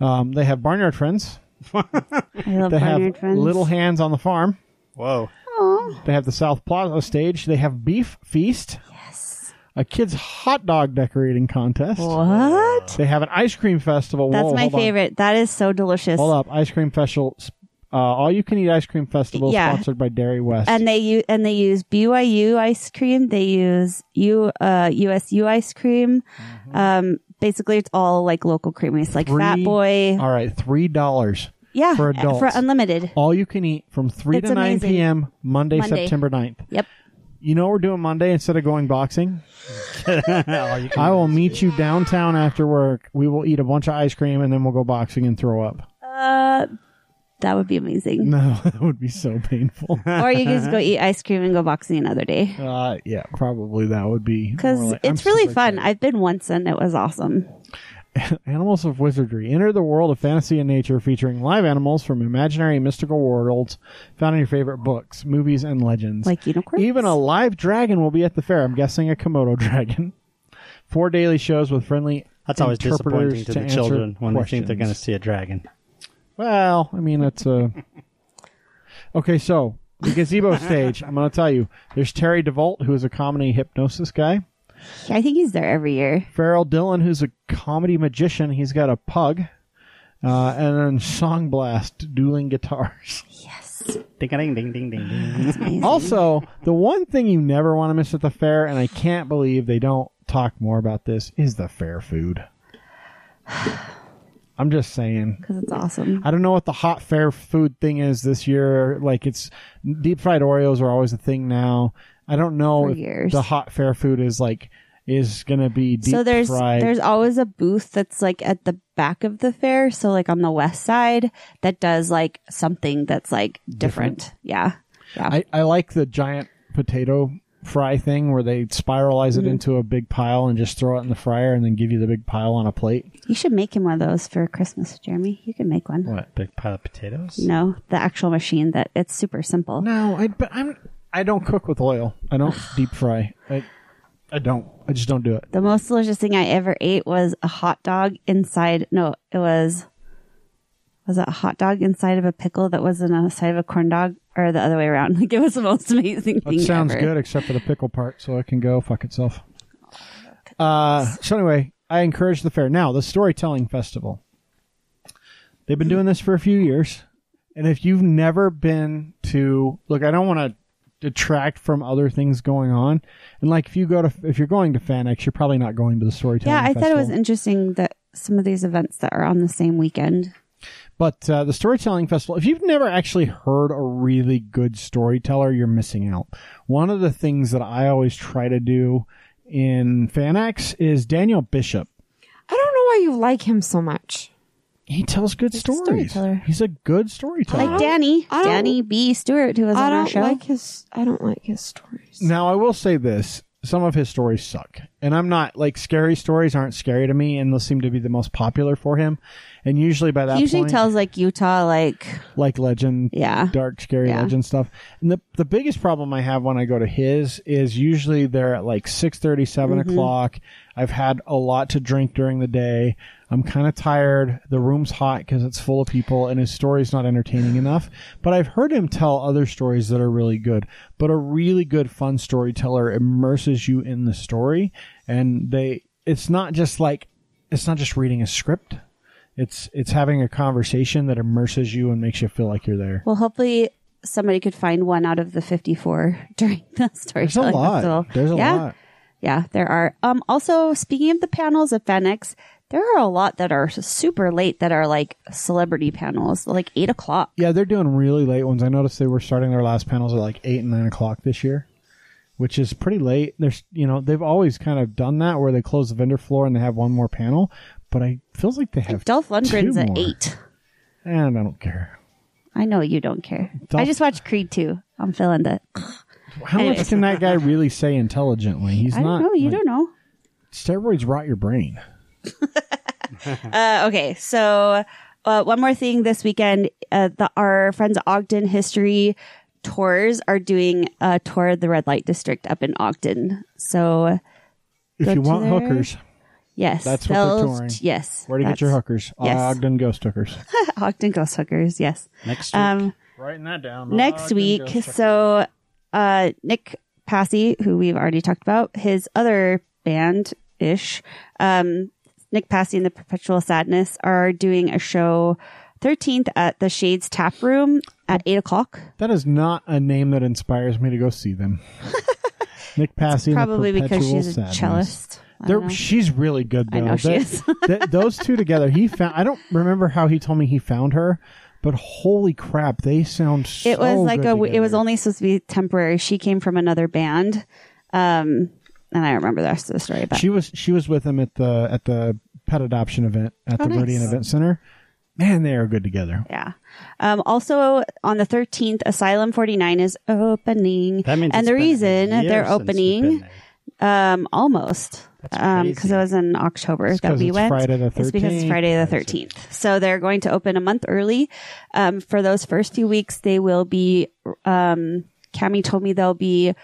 Um, they have barnyard friends. I love They have barnyard friends. little hands on the farm. Whoa. They have the South Plaza stage. They have beef feast. Yes. A kids hot dog decorating contest. what? They have an ice cream festival. That's Whoa, my hold on. favorite. That is so delicious. Hold up, ice cream festival Uh, All you can eat ice cream festival Yeah. sponsored by Dairy West. and they use and they use BYU ice cream. They use U uh, USU ice cream. Mm-hmm. Um, basically, it's all like local creamies, like Three- Fat Boy. all right, three dollars. yeah, uh, for adults. unlimited. All you can eat from three It's to nine amazing. p.m. Monday, Monday. September 9th. Yep. You know what we're doing Monday instead of going boxing. All you can- I will meet you downtown after work. We will eat a bunch of ice cream and then we'll go boxing and throw up. (laughs) Uh, that would be amazing. No, that would be so painful. or you can just go eat ice cream and go boxing another day. Uh, yeah, probably that would be Because more like- I'm it's really super fun. excited. I've been once and it was awesome. Animals of Wizardry. Enter the world of fantasy and nature featuring live animals from imaginary and mystical worlds found in your favorite books, movies, and legends. Like unicorns. Even a live dragon will be at the fair. I'm guessing a Komodo (laughs) dragon. Four daily shows with friendly. That's always interpreters disappointing to, the answer children when they think they're questions. going to see a dragon. Well, I mean, that's (laughs) a. Okay, so the gazebo stage. I'm going to tell you. There's Terry DeVolt, who is a comedy hypnosis guy. I think he's there every year. Farrell Dillon, who's a comedy magician. He's got a pug. Uh, and then Song Blast, dueling guitars. Ding ding ding ding (laughs) ding. ding. Also, the one thing you never want to miss at the fair, and I can't believe they don't talk more about this, is the fair food. (sighs) I'm just saying. Because it's awesome. I don't know what the hot fair food thing is this year. Like it's deep fried Oreos are always a thing now. I don't know For if years. the hot fair food is like is gonna be deep so there's fried. there's always a booth that's like at the back of the fair, so like on the west side that does like something that's like different. Yeah. Yeah. I, I like the giant potato fry thing where they spiralize it into a big pile and just throw it in the fryer and then give you the big pile on a plate. you should make him one of those for Christmas, Jeremy. You can make one. What? Big pile of potatoes. No, the actual machine that it's super simple. No, I but I'm I don't cook with oil. I don't (sighs) deep fry. I I don't. I just don't do it. The most delicious thing I ever ate was a hot dog inside. No, it was was it a hot dog inside of a pickle that was in a side of a corn dog, or the other way around. (laughs) Like it was the most (laughs) amazing That thing. sounds ever. good, except for the pickle part, so it can go fuck itself. Uh, so anyway, I encourage the fair. Now, the storytelling festival. They've been doing this for a few years, and if you've never been to, look, I don't want to detract from other things going on, and like if you go to, if you're going to FanX, you're probably not going to the storytelling. Yeah, I thought it was festival. interesting that some of these events that are on the same weekend. But uh, the storytelling festival, if you've never actually heard a really good storyteller, you're missing out. One of the things that I always try to do in Fanax is Daniel Bishop. I don't know why you like him so much. He tells good He's a stories. storyteller. He's a good storyteller. Like Danny, I don't- Danny B. Stewart, who was I on our don't show. like his. I don't like his stories. Now, I will say this. Some of his stories suck. And I'm not, like, scary stories aren't scary to me, and those seem to be the most popular for him. And usually by that he usually point, tells like Utah, like like legend, Yeah. dark, scary Yeah. legend stuff. And the the biggest problem I have when I go to his is usually they're at like six thirty, seven Mm-hmm. o'clock. I've had a lot to drink during the day. I'm kind of tired. The room's hot because it's full of people, and his story's not (sighs) entertaining enough. But I've heard him tell other stories that are really good. But a really good, fun storyteller immerses you in the story, and they. It's not just like it's not just reading a script. It's it's having a conversation that immerses you and makes you feel like you're there. well, hopefully somebody could find one out of the fifty-four (laughs) during the There's a storytelling festival. lot. There's a yeah, lot. yeah, there are. Um, also speaking of the panels at Fenix, there are a lot that are super late that are like celebrity panels, like eight o'clock. Yeah, they're doing really late ones. I noticed they were starting their last panels at like eight and nine o'clock this year, which is pretty late. There's you know they've always kind of done that where they close the vendor floor and they have one more panel, but I feels like they have. Dolph Lundgren's two at more. eight. And I don't care. I know you don't care. Dolph- I just watched Creed two. I'm feeling that. How much Anyways. can that guy really say (laughs) intelligently? He's I not. don't know. You like, don't know. Steroids rot your brain. Uh, okay, so uh, one more thing this weekend, uh, the our friends at Ogden History Tours are doing a tour of the red light district up in Ogden. So If Go you to want their- hookers, yes, That's what they're they'll- touring. Yes, where to get your that's- hookers? yes. Ogden Ghost Hookers. (laughs) Ogden Ghost Hookers. Yes. Next week. Um, Writing that down. Oh, next week. So, uh, Nick Passy, who we've already talked about, his other band ish, um, Nick Passy and the Perpetual Sadness are doing a show 13th at the Shades Tap Room at 8 o'clock. That is not a name that inspires me to go see (laughs) them. Nick Passy. and the Probably because Perpetual she's a Sadness. cellist. I don't They're, know. she's really good though. I know she is. (laughs) that- those two together, he found. I don't remember how he told me he found her, but holy crap, they sound. So it was like good a w it was together. only supposed to be temporary she came from another band um and i remember the rest of the story but She was she was with him at the at the pet adoption event at the Oh, nice. Meridian Event Center. Man, they are good together. yeah um also on the 13th asylum 49 is opening That means and it's the been a reason year they're since we've been opening there. um almost um because crazy. it was in october that 'cause we it's went Friday the it's because it's 13th. friday the 13th so they're going to open a month early um for those first few weeks they will be um cami told me they'll be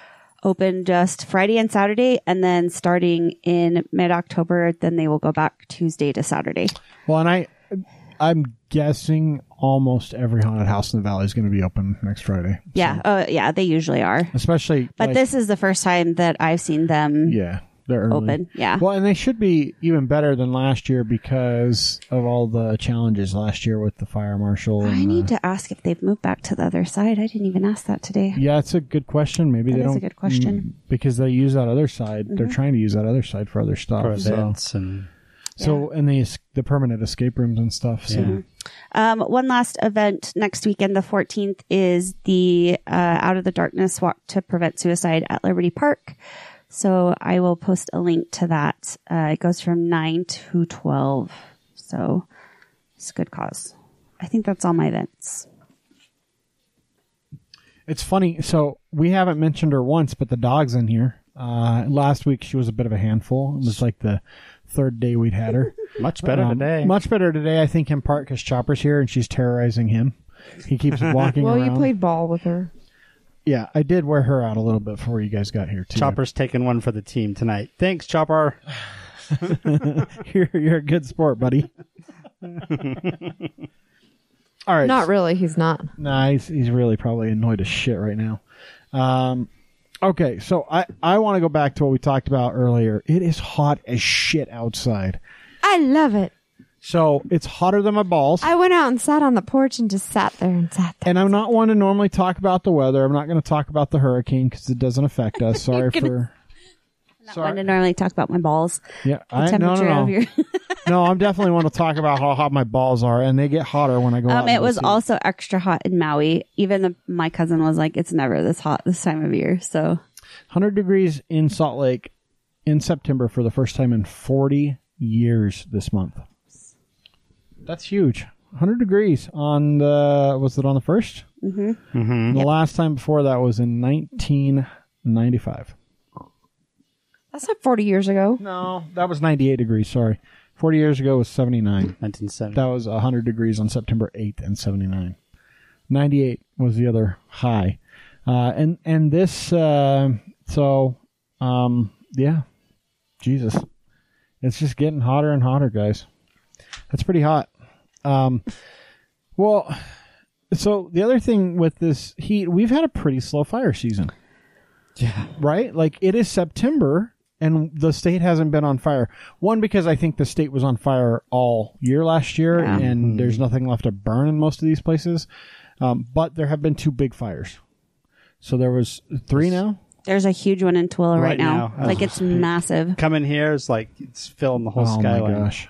open just friday and saturday and then starting in mid-october then they will go back tuesday to saturday Well, and I I'm guessing almost every haunted house in the valley is going to be open next Friday. yeah oh yeah they usually are Especially, but like, this is the first time that i've seen them yeah, they're early. open yeah Well, and they should be even better than last year because of all the challenges last year with the fire marshal. I and need the- to ask if they've moved back to the other side. I didn't even ask that today. Yeah, it's a good question. Maybe That they is a don't. good question. Mm-hmm. mm, because they use that other side. They're trying to use that other side for other stuff. For so, events and so and the es- the permanent escape rooms and stuff. So, Um, one last event next weekend, the 14th, is the uh, Out of the Darkness Walk to Prevent Suicide at Liberty Park. So I will post a link to that. Uh, it goes from 9 to 12. So it's a good cause. I think that's all my events. It's funny. So we haven't mentioned her once, but the dog's in here. Uh, last week she was a bit of a handful. It was like the third day we'd had (laughs) her. much better Um, today. Much better today, I think, in part because Chopper's here and she's terrorizing him. He (laughs) keeps walking Well, around. you played ball with her. Yeah, I did wear her out a little bit before you guys got here too. Chopper's taking one for the team tonight. Thanks, Chopper. (laughs) you're, you're a good sport, (laughs) buddy. All right, Not really. He's not. Nah, he's, he's really probably annoyed as shit right now. Um, okay, so I, I want to go back to what we talked about earlier. It is hot as shit outside. I love it. So it's hotter than my balls. I went out and sat on the porch and just sat there and sat there. and I'm not one to normally talk about the weather. I'm not going to talk about the hurricane because it doesn't affect (laughs) us. Sorry for. I didn't normally talk about my balls. Yeah, The I, no, no, temperature no. of your. (laughs) no, I'm definitely want to talk about how hot my balls are, and they get hotter when I go out. Um, into it the was sea. also extra hot in Maui. Even the, my cousin was like, "It's never this hot this time of year." So 100 degrees in Salt Lake in September for the first time in 40 years this month. That's huge. 100 degrees on the was it on the 1st Mm-hmm. The last time before that was in 1995. That's not 40 years ago. No, that was 98 degrees. Sorry, 40 years ago was 79. 1970. That was 100 degrees on September 8th and 79. 98 was the other high. Uh, and and this uh, so um, yeah, Jesus, it's just getting hotter and hotter, guys. That's pretty hot. Um, well, so the other thing with this heat, we've had a pretty slow fire season. Yeah. Right? Like it is September and the state hasn't been on fire. One because I think the state was on fire all year last year and there's nothing left to burn in most of these places. Um, but there have been two big fires. So there was three now. There's a huge one in Twilla right, Right now. now. Like it's massive. Coming here is like it's filling the whole Oh skyline. my gosh!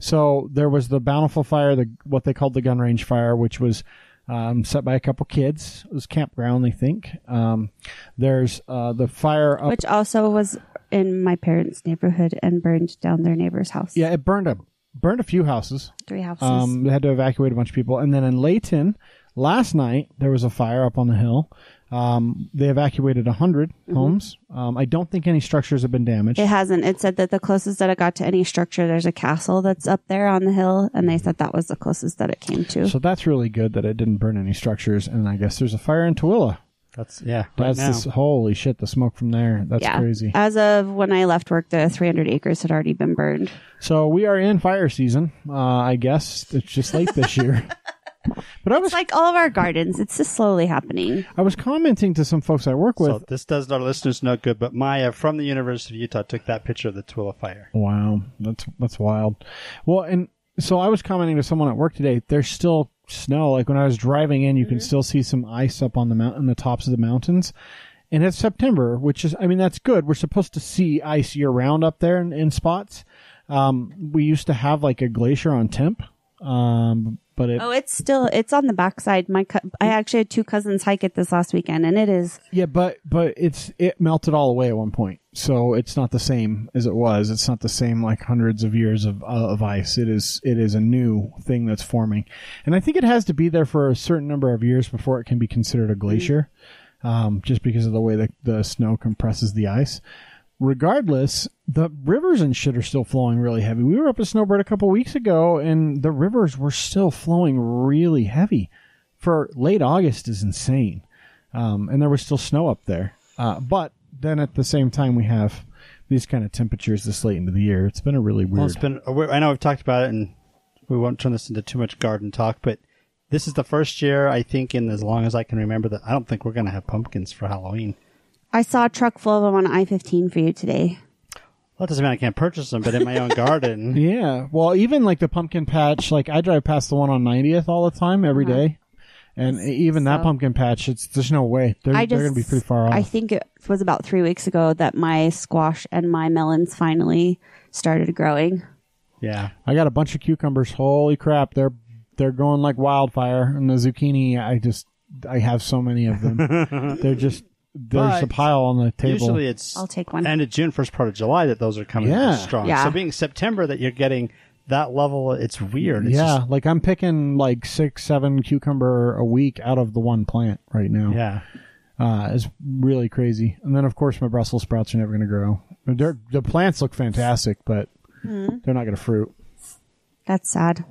So there was the bountiful fire, the what they called the gun range fire, which was um, set by a couple kids. It was campground, they think. Um, there's uh, the fire up. Which also was in my parents' neighborhood and burned down their neighbor's house. yeah, it burned up, burned a few houses. Three houses. Um, they had to evacuate a bunch of people, and then in Layton last night there was a fire up on the hill. Um, they evacuated 100 Mm-hmm. homes. Um, I don't think any structures have been damaged. it hasn't. It said that the closest that it got to any structure, there's a castle that's up there on the hill, and they said that was the closest that it came to. So that's really good that it didn't burn any structures. And I guess there's a fire in Tooele. That's yeah. Right That's now. this, holy shit. The smoke from there. That's yeah. Uh, crazy. As of when I left work, the 300 acres had already been burned. So we are in fire season. Uh, I guess it's just late this (laughs) year. But I was It's like all of our gardens. It's just slowly happening. I was commenting to some folks I work with. so this does our listeners no good, but Maya from the University of Utah took that picture of the Twilla fire. wow, that's that's wild. Well, and so I was commenting to someone at work today. There's still snow. Like when I was driving in, you can still see some ice up on the mountain, the tops of the mountains. And it's September, which is, I mean, that's good. We're supposed to see ice year round up there in, in spots. Um, we used to have like a glacier on temp, um, but it, Oh, it's still it's on the backside. My co- I actually had two cousins hike it this last weekend, and it is yeah, but but it's it melted all away at one point, so it's not the same as it was. It's not the same like hundreds of years of uh, of ice. It is it is a new thing that's forming, and I think it has to be there for a certain number of years before it can be considered a glacier, um, just because of the way that the snow compresses the ice. Regardless, the rivers and shit are still flowing really heavy. We were up at Snowbird a couple weeks ago, and the rivers were still flowing really heavy. For late August is insane um, and there was still snow up there. Uh, but then at the same time, we have these kind of temperatures this late into the year. It's been a really weird. Well, it's been. uh, I know I've talked about it, and we won't turn this into too much garden talk. But this is the first year I think, in as long as I can remember, that I don't think we're going to have pumpkins for Halloween. I saw a truck full of them on I fifteen for you today. Well, that doesn't mean I can't purchase them, but in my (laughs) own garden, yeah. Well, even like the pumpkin patch, like I drive past the one on 90th all the time every day, And e, even that Uh-huh. So- pumpkin patch, it's there's no way they're, I they're just going to be pretty far off. I think it was about three weeks ago that my squash and my melons finally started growing. yeah, I got a bunch of cucumbers. Holy crap, they're they're going like wildfire. And the zucchini, I just I have so many of (laughs) them. they're just there's a But pile on the table. usually it's I'll take one. end of June, first part of July that those are coming Yeah. out strong. Yeah. So being September that you're getting that level, it's weird. It's yeah, just- like I'm picking like six, seven cucumber a week out of the one plant right now. yeah. uh, it's really crazy. And then of course my Brussels sprouts are never going to grow. They're, the plants look fantastic, but they're not going to fruit. That's sad.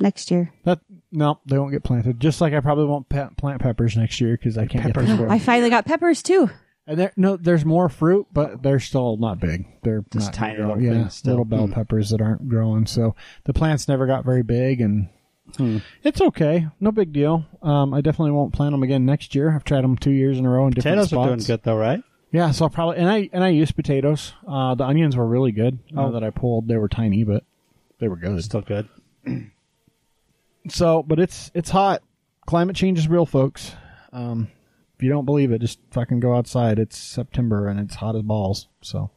Next year, That no, they won't get planted. Just like I probably won't pe- plant peppers next year because I can't get them. I finally got peppers too. And there, no, there's more fruit, but they're still not big. They're Just not tiny gonna grow. little yeah, things still. little bell Hmm. peppers that aren't growing. So the plants never got very big, and Hmm. it's okay, no big deal. Um, I definitely won't plant them again next year. I've tried them two years in a row in different Potatoes spots. are doing good though, right? Yeah, so I'll probably and I and I used potatoes. Uh, the onions were really good. Now that I pulled, they were tiny, but they were good. Still good. So, but it's it's hot. Climate change is real, folks. Um, if you don't believe it, just fucking go outside. It's September and it's hot as balls. So.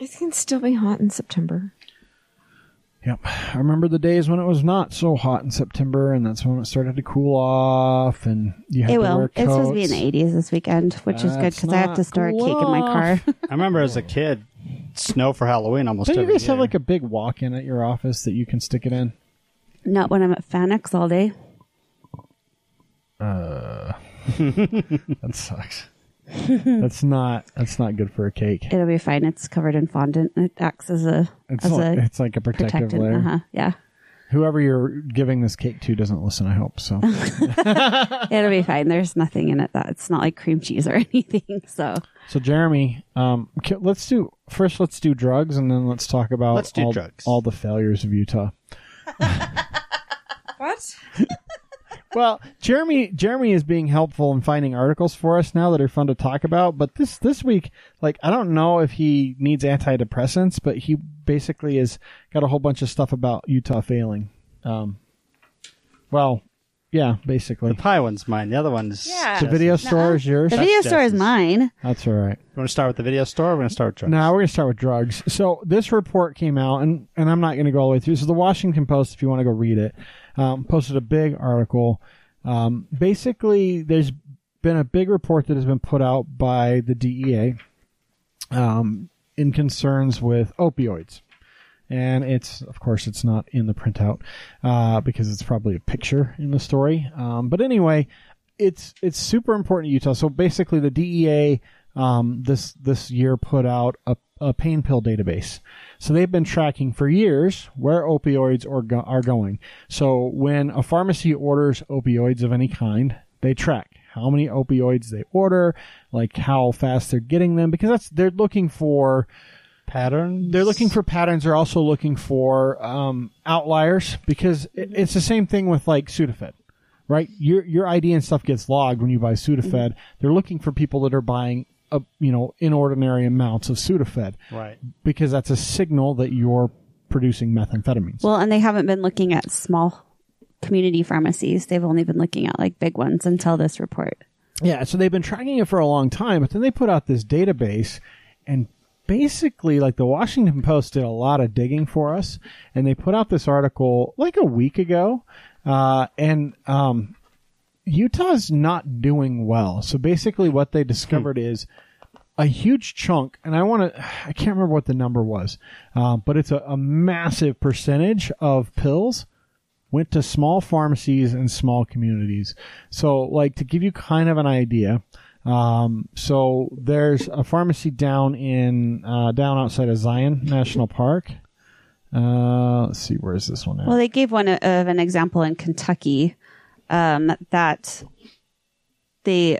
It can still be hot in September. Yep. I remember the days when it was not so hot in September, and that's when it started to cool off, and you had It to will. wear It's supposed to be in coats. the 80s this weekend, which is good That's because I have to not store a cake in my cool car. (laughs) I remember as a kid, snow for Halloween almost. Don't you every guys have year. like a big walk-in at your office that you can stick it in? Not when I'm at Fanex all day. That sucks. (laughs) that's not. That's not good for a cake. It'll be fine. It's covered in fondant. It acts as a It's as like, a it's like a protective protectant. layer. Uh-huh. Yeah, Whoever you're giving this cake to doesn't listen. I hope (laughs) so. it'll be fine. There's nothing in it that it's not like cream cheese or (laughs) anything. So so Jeremy, um, ca- let's do first. Let's do drugs, and then let's talk about Let's do all, drugs. all the failures of Utah. What? Well, Jeremy Jeremy is being helpful in finding articles for us now that are fun to talk about. But this this week, like I don't know if he needs antidepressants, but he basically has got a whole bunch of stuff about Utah failing. Um, well, yeah, basically. the pie one's mine. The other one's Yeah. The video store is yours. the video store is Jess's. mine. That's all right. You want to start with the video store? Or we're going to start with drugs. Now we're going to start with drugs. So this report came out, and, and I'm not going to go all the way through. So the Washington Post, if you want to go read it, um, posted a big article. Um, basically, there's been a big report that has been put out by the DEA um, in concerns with opioids. And it's, of course, it's not in the printout uh, because it's probably a picture in the story. Um, but anyway, it's it's super important to Utah. So basically, the DEA um, this this year put out a, a pain pill database. So they've been tracking for years where opioids are go- are going. So when a pharmacy orders opioids of any kind, they track how many opioids they order, like how fast they're getting them, because that's they're looking for Pattern. they're looking for patterns. They're also looking for um, outliers because it, it's the same thing with like Sudafed, right? Your your ID and stuff gets logged when you buy Sudafed. They're looking for people that are buying, uh you know, inordinary amounts of Sudafed Right. because that's a signal that your producing methamphetamines. Well, and they haven't been looking at small community pharmacies. They've only been looking at like big ones until this report. Yeah, so they've been tracking it for a long time, but then they put out this database and basically like the Washington Post did a lot of digging for us and they put out this article like a week ago. Uh, and um, Utah's not doing well. So basically what they discovered is a huge chunk, and I want to, I can't remember what the number was, uh, but it's a, a massive percentage of pills went to small pharmacies and small communities. So, like, to give you kind of an idea, um, so there's a pharmacy down in, uh, down outside of Zion National Park. Uh, let's see, where's this one at? Well, they gave one o- of an example in Kentucky um, that they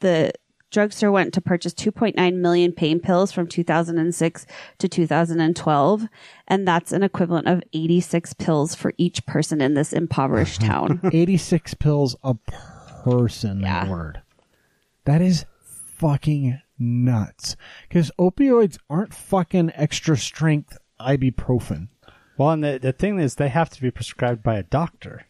the drugstore went to purchase 2.9 million pain pills from 2006 to 2012, and that's an equivalent of 86 pills for each person in this impoverished town. 86 pills a person Yeah. word. That is fucking nuts. Because opioids aren't fucking extra strength ibuprofen. Well, and the, the thing is, they have to be prescribed by a doctor.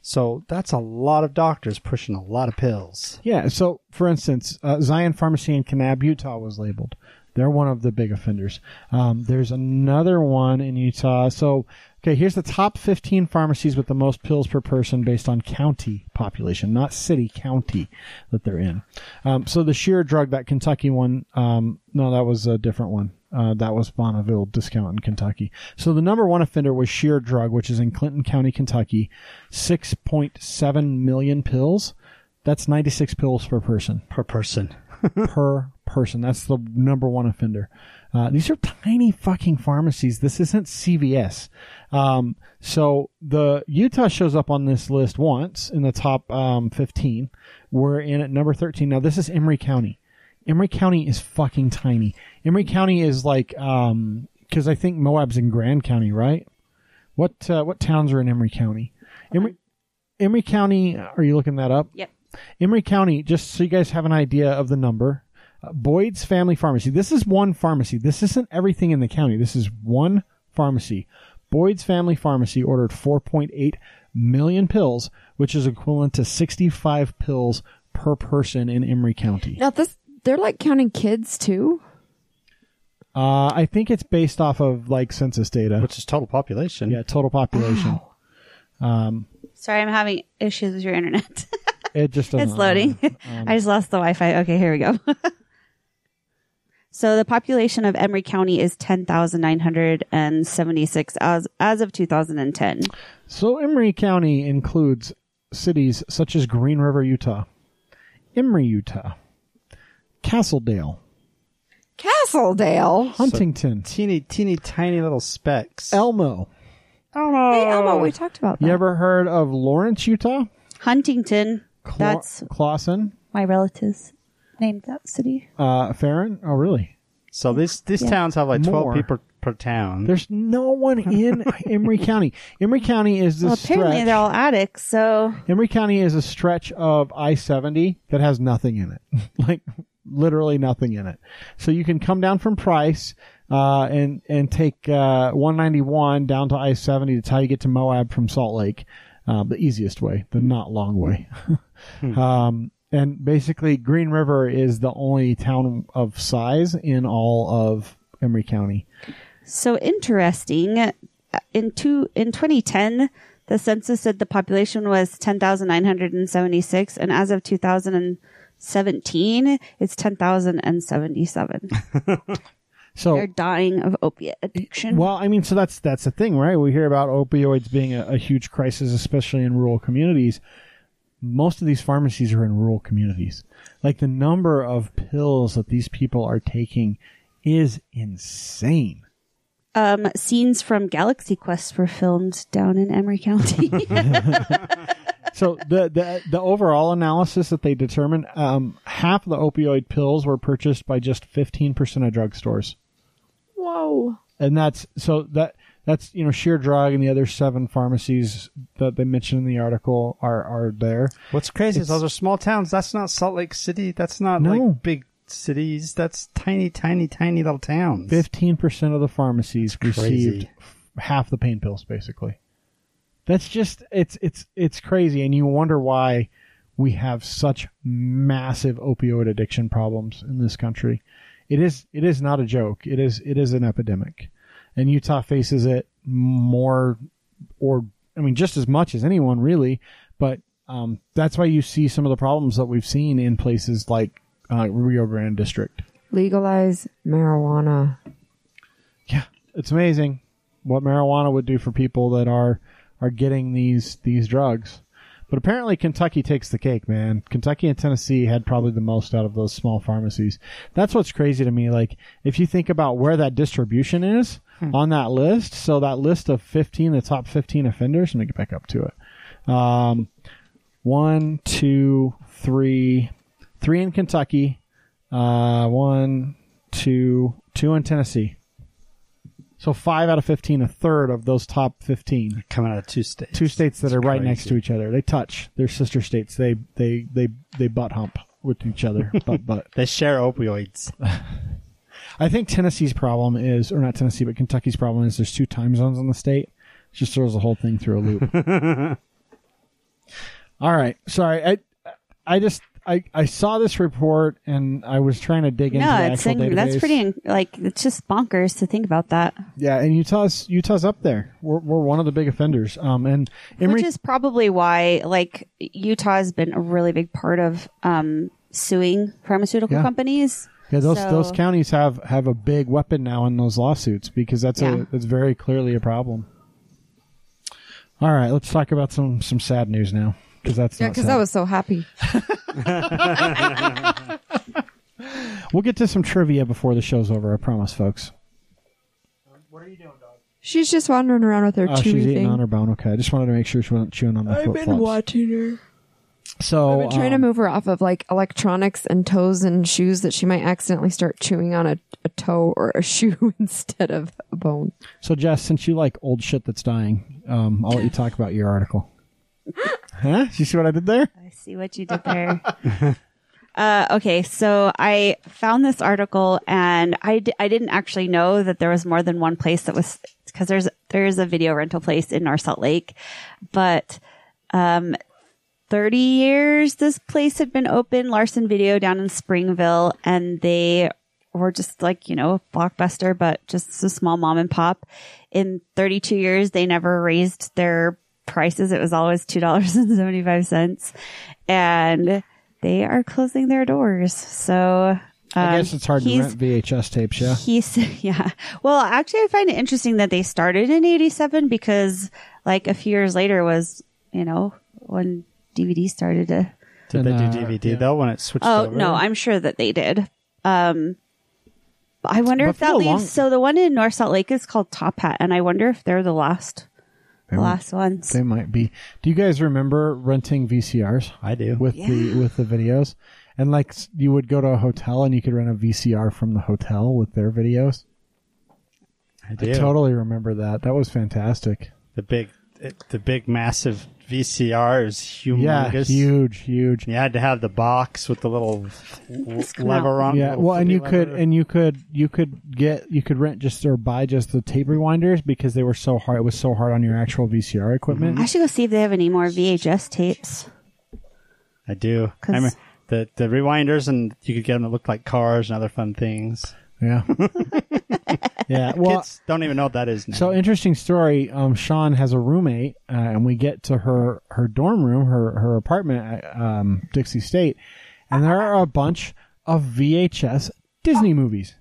So that's a lot of doctors pushing a lot of pills. Yeah. So, for instance, uh, Zion Pharmacy in Kanab, Utah, was labeled. They're one of the big offenders. Um, there's another one in Utah. So, okay, here's the top 15 pharmacies with the most pills per person based on county population, not city, county that they're in. Um, so the sheer drug, that Kentucky one, um, no, that was a different one. Uh, that was Bonneville discount in Kentucky. So the number one offender was sheer drug, which is in Clinton County, Kentucky, 6.7 million pills. That's 96 pills per person. Per person. per person. That's the number one offender. Uh, these are tiny fucking pharmacies. This isn't CVS. Um, so the Utah shows up on this list once in the top um, 15. We're in at number 13. Now this is Emory County. Emory County is fucking tiny. Emory County is like um 'cause because I think Moab's in Grand County, right? What uh, what towns are in Emory County? Emory, Emory County. Are you looking that up? yep. Emory County, just so you guys have an idea of the number, uh, Boyd's Family Pharmacy. This is one pharmacy. This isn't everything in the county. This is one pharmacy. Boyd's Family Pharmacy ordered 4.8 million pills, which is equivalent to 65 pills per person in Emory County. Now this, they're like counting kids too. Uh, I think it's based off of like census data. Which is total population. yeah, total population. Sorry, I'm having issues with your internet. (laughs) Uh-huh. It just doesn't. it's loading. Um. I just lost the Wi-Fi. Okay, here we go. (laughs) so the population of Emory County is ten thousand nine hundred and seventy-six as as of two thousand and ten. So Emory County includes cities such as Green River, Utah, Emory, Utah, Castledale, Castledale. Huntington, Teeny, teeny, tiny little specks. Elmo. Hey, Oh. Elmo, we talked about that. You ever heard of Lawrence, Utah? Huntington. Cla- That's Clawson, my relatives named that city. uh, Farron. Oh, really? So these these towns have like 12 More. people per town. There's no one (laughs) in Emory County. Emory County is this Well, apparently stretch. they're all addicts. So Emory County is a stretch of I 70 that has nothing in it. like, literally nothing in it. So you can come down from Price, uh, and, and take, uh, 191 down to I 70. That's how you get to Moab from Salt Lake. Uh, the easiest way, the not long way. um, and basically Green River is the only town of size in all of Emory County. So interesting. In two in 2010, the census said the population was 10,976, and as of 2017, (laughs) it's 10,077. So They're dying of opiate addiction. Well, I mean, so that's that's the thing, right? We hear about opioids being a, a huge crisis, especially in rural communities. Most of these pharmacies are in rural communities. Like the number of pills that these people are taking is insane. Um, scenes from Galaxy Quest were filmed down in (laughs) Emory County. So the the the overall analysis that they determined, um, half of the opioid pills were purchased by just fifteen percent of drugstores. Whoa. and that's so that that's you know sheer drug and the other seven pharmacies that they mentioned in the article are are there What's crazy It's- is those are small towns. That's not Salt Lake City. That's not No. like big cities. That's tiny, tiny, tiny little towns. Fifteen percent of the pharmacies received Crazy. half the pain pills, basically. That's just it's it's it's crazy, and you wonder why we have such massive opioid addiction problems in this country. It is it is not a joke. It is it is an epidemic, and Utah faces it more, or I mean, just as much as anyone really. But um, that's why you see some of the problems that we've seen in places like uh, Rio Grande District. Legalize marijuana. Yeah, it's amazing what marijuana would do for people that are are getting these these drugs. But apparently Kentucky takes the cake, man. Kentucky and Tennessee had probably the most out of those small pharmacies. That's what's crazy to me. Like if you think about where that distribution is on that list, so that list of 15, the top 15 offenders, let me get back up to it. Um, one, two, three, three in Kentucky, uh, one, two, two in Tennessee. So five out of fifteen, a third of those top fifteen, Coming out of two states. two states that It's are right crazy. next to each other. They touch. They're sister states. They they they they butt hump with each other. butt butt. They share opioids. I think Tennessee's problem is, or not Tennessee, but Kentucky's problem is there's two time zones in the state. It just throws the whole thing through a loop. All right, sorry. I I just I I saw this report and I was trying to dig into the No, it's actual database. that's pretty in- like it's just bonkers to think about that, Yeah, and Utah's Utah's up there. We're, we're one of the big offenders. Um, and in which re- is probably why like Utah has been a really big part of um, suing pharmaceutical Yeah. companies. yeah, those so- those counties have have a big weapon now in those lawsuits because that's Yeah. a that's very clearly a problem. All right, let's talk about some some sad news now because that's Yeah, not because sad. I was so happy. We'll get to some trivia before the show's over. I promise, folks. She's just wandering around with her Oh, she's chewy eating thing. on her bone. Okay, I just wanted to make sure she wasn't chewing on my flip flops. watching her. So I've been trying um, to move her off of like electronics and toes and shoes that she might accidentally start chewing on a, a toe or a (laughs) shoe instead of a bone. So, Jess, since you like old shit that's dying, um, I'll let you talk about your (laughs) article. huh? You see what I did there? I see what you did there. (laughs) uh, okay, so I found this article, and I d- I didn't actually know that there was more than one place that was because there's there is a video rental place in North Salt Lake, but um, 30 years this place had been open larson video down in springville and they were just like you know blockbuster but just a small mom and pop in 32 years they never raised their prices it was always $2.75 and they are closing their doors so I um, guess it's hard to he's- rent VHS tapes, yeah. He's (laughs) yeah. Well, actually, I find it interesting that they started in '87 because, like, a few years later was you know when DVD started to. And, Did they uh, do DVD though when it switched Oh over? no, I'm sure that they did. Um, but I wonder But if for that the leaves. long- So the one in North Salt Lake is called Top Hat, and I wonder if they're the last, the last ones. They might be. Do you guys remember renting VCRs I do. with the with the videos? And like s- you would go to a hotel and you could rent a VCR from the hotel with their videos. I do. I totally remember that. That was fantastic. The big, it, the big massive VCR is Yeah, humongous. huge, huge. You had to have the box with the (laughs) little l- come lever on. Yeah, little well, and flippy you could lever. and you could you could get you could rent just or buy just the tape rewinders because they were so hard. It was so hard on your actual VCR equipment. Mm-hmm. I should go see if they have any more VHS tapes. I do. I 'Cause- remember the the rewinders, and you could get them to look like cars and other fun things. Yeah, (laughs) yeah. Well, Kids don't even know what that is now. so interesting story. Um, Sean has a roommate, uh, and we get to her her dorm room, her her apartment at um, Dixie State, and there are a bunch of VHS Disney movies.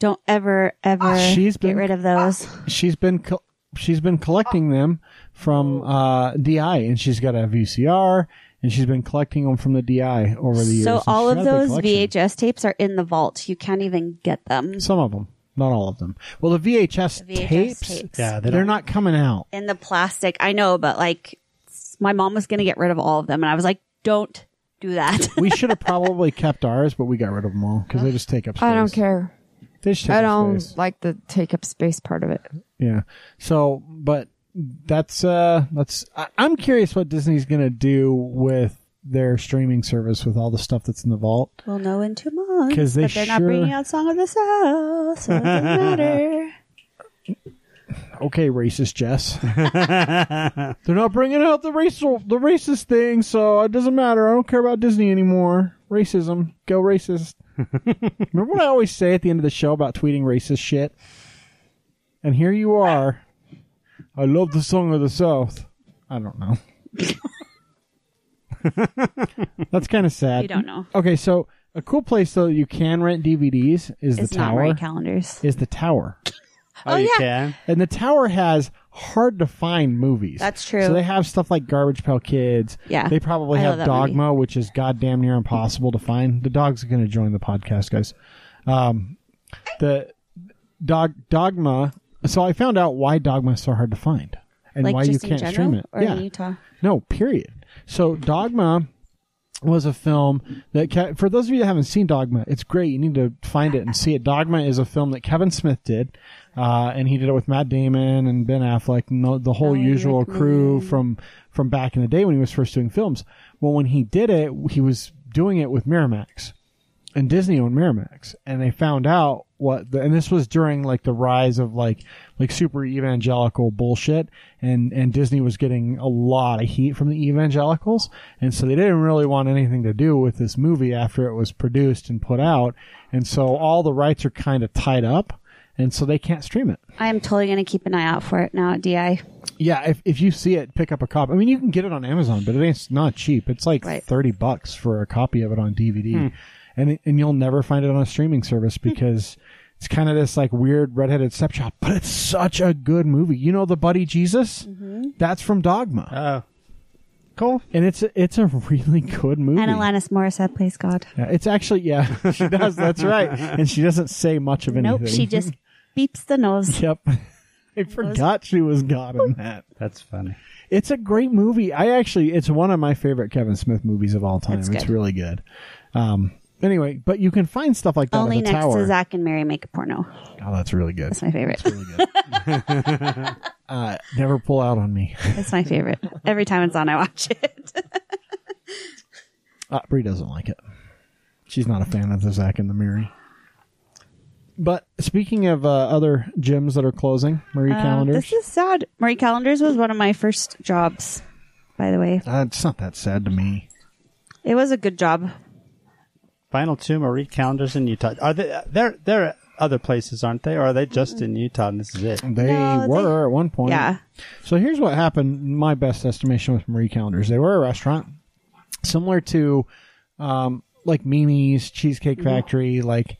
Don't ever, ever Ah, She's get been- Ah. rid of those. she's been co- she's been collecting them from uh, DI, and she's got a VCR, and she's been collecting them from the DI over the years. So and all she's of got a big those collection. VHS tapes are in the vault. You can't even get them. some of them, not all of them. Well, the VHS, VHS tapes, tapes. yeah, they they're, don't- not coming out. in the plastic. I know, but like s- my mom was going to get rid of all of them. And I was like, don't do that. (laughs) We should have probably kept ours, but we got rid of them all because they just take up space. I don't care. They just take I up don't space. like the take up space part of it. Yeah. So, but that's uh, that's I, I'm curious what Disney's gonna do with their streaming service with all the stuff that's in the vault. We'll know in two months. 'Cause they but they're not sure- bringing out Song of the South, so it (laughs) doesn't matter. Okay, racist Jess. (laughs) They're not bringing out the racial, the racist thing, so it doesn't matter. I don't care about Disney anymore. Racism, go racist. Remember what I always say at the end of the show about tweeting racist shit? And here you are. I love the song of the South. I don't know. That's kind of sad. You don't know. Okay, so a cool place though you can rent DVDs is It's the not tower. right calendars. Is the tower. Oh, you can. And the tower has hard to find movies. That's true. So they have stuff like Garbage Pail Kids. Yeah. They probably I have love that movie. Dogma, which is goddamn near impossible to find. The dog's going to join the podcast, guys. Um, the dog Dogma. So I found out why Dogma is so hard to find and like why just you can't in general stream it. or yeah. in Utah. No, period. So Dogma was a film that Ke- for those of you that haven't seen Dogma, it's great. You need to find it and see it. Dogma is a film that Kevin Smith did, uh, and he did it with Matt Damon and Ben Affleck and the, the whole usual crew from from back in the day when he was first doing films. Well, when he did it, he was doing it with Miramax and Disney owned Miramax, and they found out what. The, and this was during like the rise of like like super evangelical bullshit, and and Disney was getting a lot of heat from the evangelicals, and so they didn't really want anything to do with this movie after it was produced and put out, and so all the rights are kind of tied up, and so they can't stream it. I am totally going to keep an eye out for it now at DI. Yeah, if if you see it, pick up a copy. I mean, you can get it on Amazon, but it ain't it's not cheap. It's like Right. thirty bucks for a copy of it on DVD, and it, and you'll never find it on a streaming service because (laughs) it's kind of this like weird redheaded stepchild. But it's such a good movie. You know the Buddy Jesus? Mm-hmm. That's from Dogma, Oh. Cool. and it's a, it's a really good movie. And Alanis Morissette plays God. Yeah, it's actually yeah, (laughs) she does. That's right, and she doesn't say much of anything. Nope, she just beeps the nose. (laughs) yep. (laughs) I forgot she was God (laughs) in that. That's funny. It's a great movie. I actually, it's one of my favorite Kevin Smith movies of all time. That's It's good. really good. Um, anyway, but you can find stuff like that Only at the next tower. to Zach and Mary make a porno. Oh, that's really good. That's my favorite. really good. uh, never pull out on me. (laughs) That's my favorite. Every time it's on, I watch it. Uh, Brie doesn't like it. She's not a fan of the Zach and the Mary. But speaking of uh, other gyms that are closing, Marie Calendars. Um, This is sad. Marie Calendars was one of my first jobs, by the way. uh, it's not that sad to me. It was a good job. Final two Marie calendars in Utah. Are they? They're they're at other places, aren't they? Or are they just in Utah and this is it? They No, they- were at one point. Yeah. So here's what happened. My best estimation with Marie Calendars. They were a restaurant similar to, um, like Mimi's Cheesecake Factory. Like,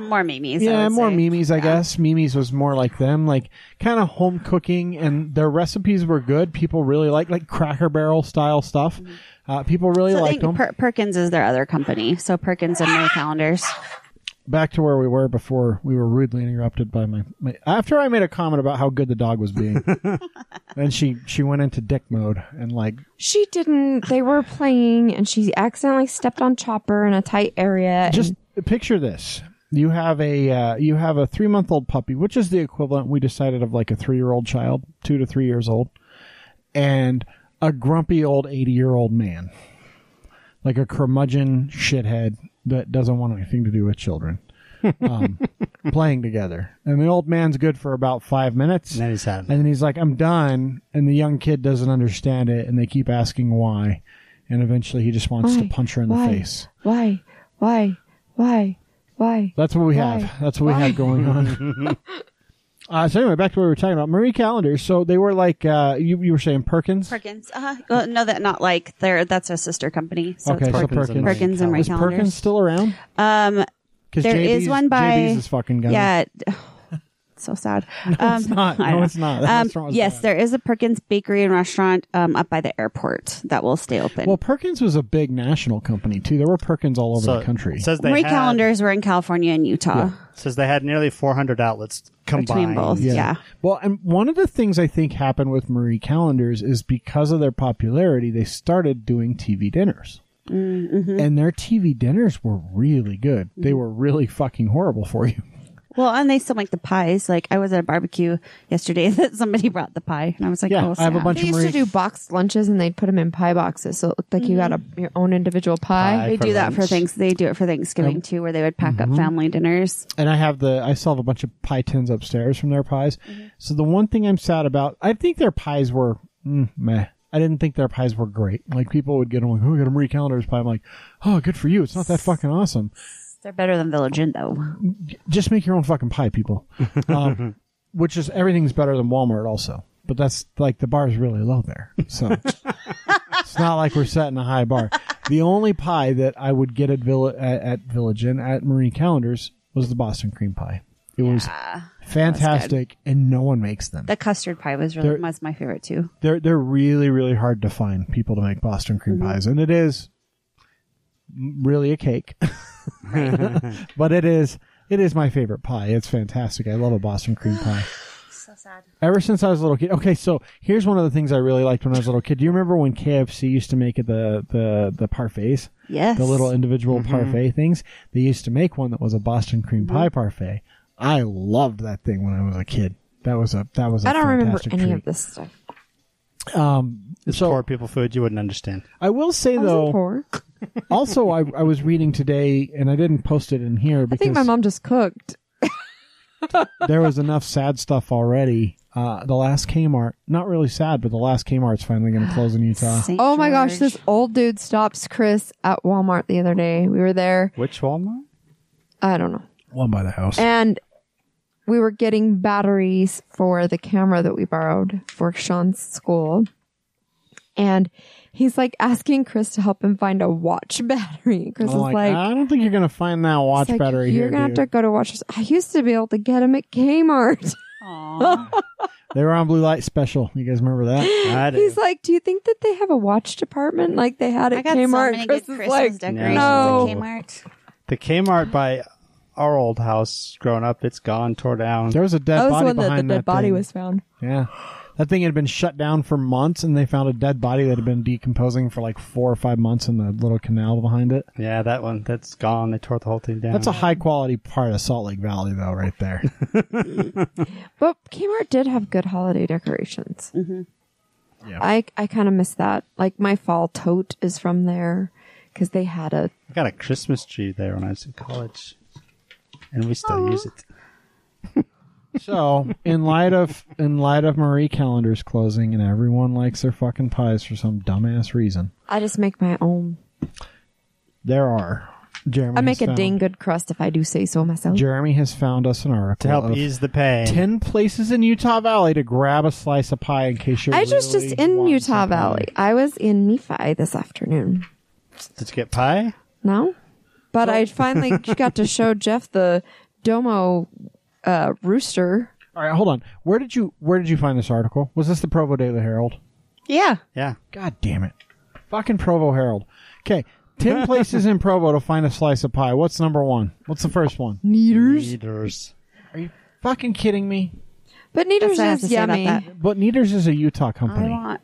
More Mimi's. I yeah, would more say. Mimi's, I guess. Mimi's was more like them, like kind of home cooking, and their recipes were good. People really like like Cracker Barrel style stuff. Uh, people really So I liked think them. per- Perkins is their other company. So Perkins and Marie Calendars. Back to where we were before we were rudely interrupted by my, my after I made a comment about how good the dog was being, and she she went into dick mode and like She didn't. They were playing, and she accidentally stepped on Chopper in a tight area. just picture this you have a uh, you have a three month old puppy which is the equivalent we decided of like a three year old child two to three years old and a grumpy old 80 year old man like a curmudgeon shithead that doesn't want anything to do with (laughs) children um, playing together and the old man's good for about five minutes And then he's had and it. then he's like, I'm done. And the young kid doesn't understand it. And they keep asking why. And eventually he just wants Why? to punch her in Why? the face. Why? Why? Why? Why? That's what we Why? have. That's what we have going on. uh, so anyway, back to what we were talking about. Marie Calendar. So they were like uh, you, you were saying (gasps) Perkins. uh-huh. Perkins. Uh, well, no, that not like they're that's a sister company. So Okay, it's so Perkins, Perkins. and Marie Perkins and Marie Is Calendars. Perkins still around? um, Because There is one by- JB's is fucking gone. yeah. (sighs) So sad. um, it's not. (laughs) I No, know. it's not. That Um, restaurant was yes, bad. there is a Perkins bakery and restaurant um, up by the airport that will stay open. Well, Perkins was a big national company too. There were Perkins all over So the country. it says they Marie had, calendars were in California and Utah. says they had nearly 400 outlets combined. Between both. yeah. Well, and one of the things I think happened with Marie Calendars is because of their popularity, they started doing TV dinners. Mm, mm-hmm. And their TV dinners were really good. They were really fucking horrible for you. Well, and they still make the pies. Like I was at a barbecue yesterday (laughs) that somebody brought the pie, and I was like, Yeah, oh, I have a snap. bunch They used to Marie- do boxed lunches and they'd put them in pie boxes, so it looked like you got a, your own individual pie. Pie. They for do that for lunch. things. They do it for Thanksgiving too, where they would pack Mm-hmm. up family dinners. and I have the I still have a bunch of pie tins upstairs from their pies. So the one thing I'm sad about, I think their pies were mm, meh. I didn't think their pies were great. Like people would get them like, oh, I got a Marie Callender's pie. I'm like, oh, good for you. It's not that fucking awesome. They're better than Village Inn, though. Just make your own fucking pie, people. Um, which is everything's better than Walmart, also. But that's like the bar's really low there, so it's not like we're setting a high bar. The only pie that I would get at Villa at, at Village Inn at Marie Callender's was the Boston cream pie. It was fantastic, and no one makes them. The custard pie was They're- really was my favorite too. They're they're really really hard to find people to make Boston cream Mm-hmm. pies, and it is really a cake, (laughs) but it is it is my favorite pie. It's fantastic. I love a Boston cream (sighs) pie. So sad. Ever since I was a little kid. Okay, so here's one of the things I really liked when I was a little kid. Do you remember when KFC used to make the the the parfaits? Yes. the little individual parfait things. They used to make one that was a Boston cream Mm-hmm. pie parfait. I loved that thing when I was a kid. That was a that was. I I don't remember any of this stuff. It's poor people food. You wouldn't understand. I will say I wasn't though. poor. also, I, I was reading today, and I didn't post it in here I think because my mom just cooked. there was enough sad stuff already. Uh, the last Kmart, not really sad, but the last Kmart's finally going to close in (sighs) Utah. Saint Oh my gosh, George. this old dude stops Chris at Walmart the other day. We were there. Which Walmart? I don't know. One by the house. And we were getting batteries for the camera that we borrowed for Sean's school. And he's like asking Chris to help him find a watch (laughs) battery. Chris I'm is like, like, I don't think you're going to find that watch it's like, battery You're here. gonna dude." have to go to watches. I used to be able to get them at (laughs) Kmart. Aw. They were on Blue Light Special. You guys remember (gasps) that? I do. He's like, "Do you think that they have a watch department like they had I at got Kmart?" so many Chris good is Christmas like, decorations "No." at Kmart. the Kmart by our old house. Growing up, it's gone, tore down. There was a dead That was the body one that the behind dead that body thing. was found. Yeah. That thing had been shut down for months, and they found a dead body that had been decomposing for like four or five months in the little canal behind it. Yeah, that one. That's gone. They tore the whole thing down. That's a high quality part of Salt Lake Valley, though, right there. But Kmart did have good holiday decorations. Mm-hmm. Yeah. I I kind of miss that. Like my fall tote is from there because they had a I got a Christmas tree there when I was in college, and we still use it. So, in light of in light of Marie Callender's closing, and everyone likes their fucking pies for some dumbass reason, I just make my own. there are. Jeremy, I make has a found- dang good crust if I do say so myself. Jeremy has found us an article To help of ease the pain. uh, ten places in Utah Valley to grab a slice of pie in case you're. I was just really just in wanting Utah some pie. Valley. I was in Nephi this afternoon. Did you get pie? No, but I finally (laughs) got to show Jeff the Domo uh, rooster. All right, hold on. Where did you Where did you find this article? Was this the Provo Daily Herald? Yeah. Yeah. God damn it! Fucking Provo Herald. Okay, (laughs) ten places in Provo to find a slice of pie. What's number one? What's the first one? Neaters, Eaters. Are you fucking kidding me? but Neaters what I have to is say about yummy. that. But Neaters is a Utah I company. want.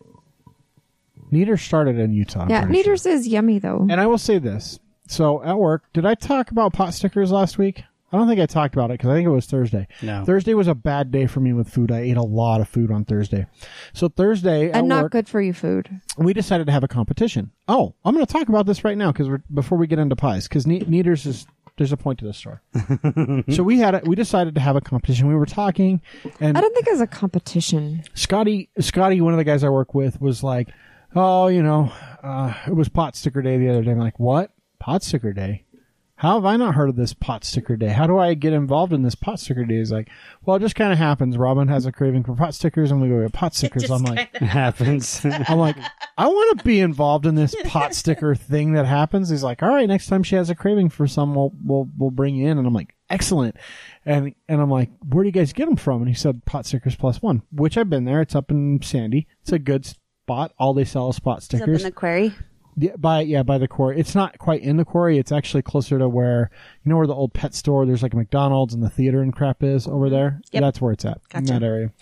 Neaters started in Utah. I'm Yeah, pretty sure. Neaters is yummy though. And I will say this. So at work, did I talk about pot stickers last week? I don't think I talked about it because I think it was Thursday. No. Thursday was a bad day for me with food. I ate a lot of food on Thursday. So Thursday at and not work, good for you food. we decided to have a competition. Oh, I'm going to talk about this right now because before we get into pies, because ne- Neaters is there's a point to this story. so we had a, we decided to have a competition. We were talking, and I don't think it's a competition. Scotty, Scotty, one of the guys I work with, was like, "Oh, you know, uh, it was pot sticker day the other day." I'm like, "What pot sticker day? How have I not heard of this pot sticker day? How do I get involved in this pot sticker day?" He's like, "Well, it just kind of happens. Robin has a craving for pot stickers, and we go get pot stickers." I'm like, (laughs) happens. (laughs) I'm (laughs) like, I want to be involved in this pot sticker thing that happens. He's like, all right, next time she has a craving for some, we'll we'll we'll bring you in. And I'm like, excellent. And and I'm like, where do you guys get them from? And he said, Pot Stickers Plus One, which I've been there. It's up in Sandy. It's a good spot. All they sell is pot It's up in stickers. the quarry. yeah, by yeah, by the quarry. It's not quite in the quarry. It's actually closer to where you know where the old pet store. There's like a McDonald's and the theater and crap is over there. Mm-hmm. Yep. That's where it's at in Gotcha. that area.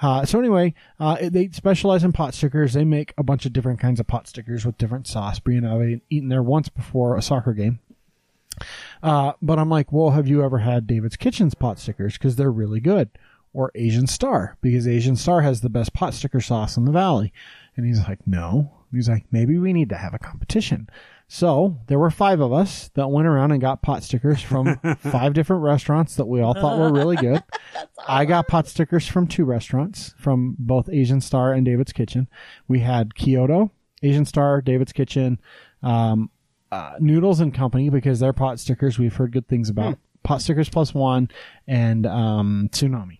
Uh, so anyway, uh, it- they specialize in pot stickers. They make a bunch of different kinds of pot stickers with different sauce. Brian and I had eaten there once before a soccer game. Uh, but I'm like, well, have you ever had David's Kitchen's pot stickers? Because they're really good. Or Asian Star, because Asian Star has the best pot sticker sauce in the valley. And he's like, no. He's like, maybe we need to have a competition. So there were five of us that went around and got pot stickers from five different restaurants that we all thought were really good. I got pot stickers from two restaurants, from both Asian Star and David's Kitchen. We had Kyoto, Asian Star, David's Kitchen, um, uh, Noodles and Company because they're pot stickers. We've heard good things about pot stickers plus one and um, Tsunami.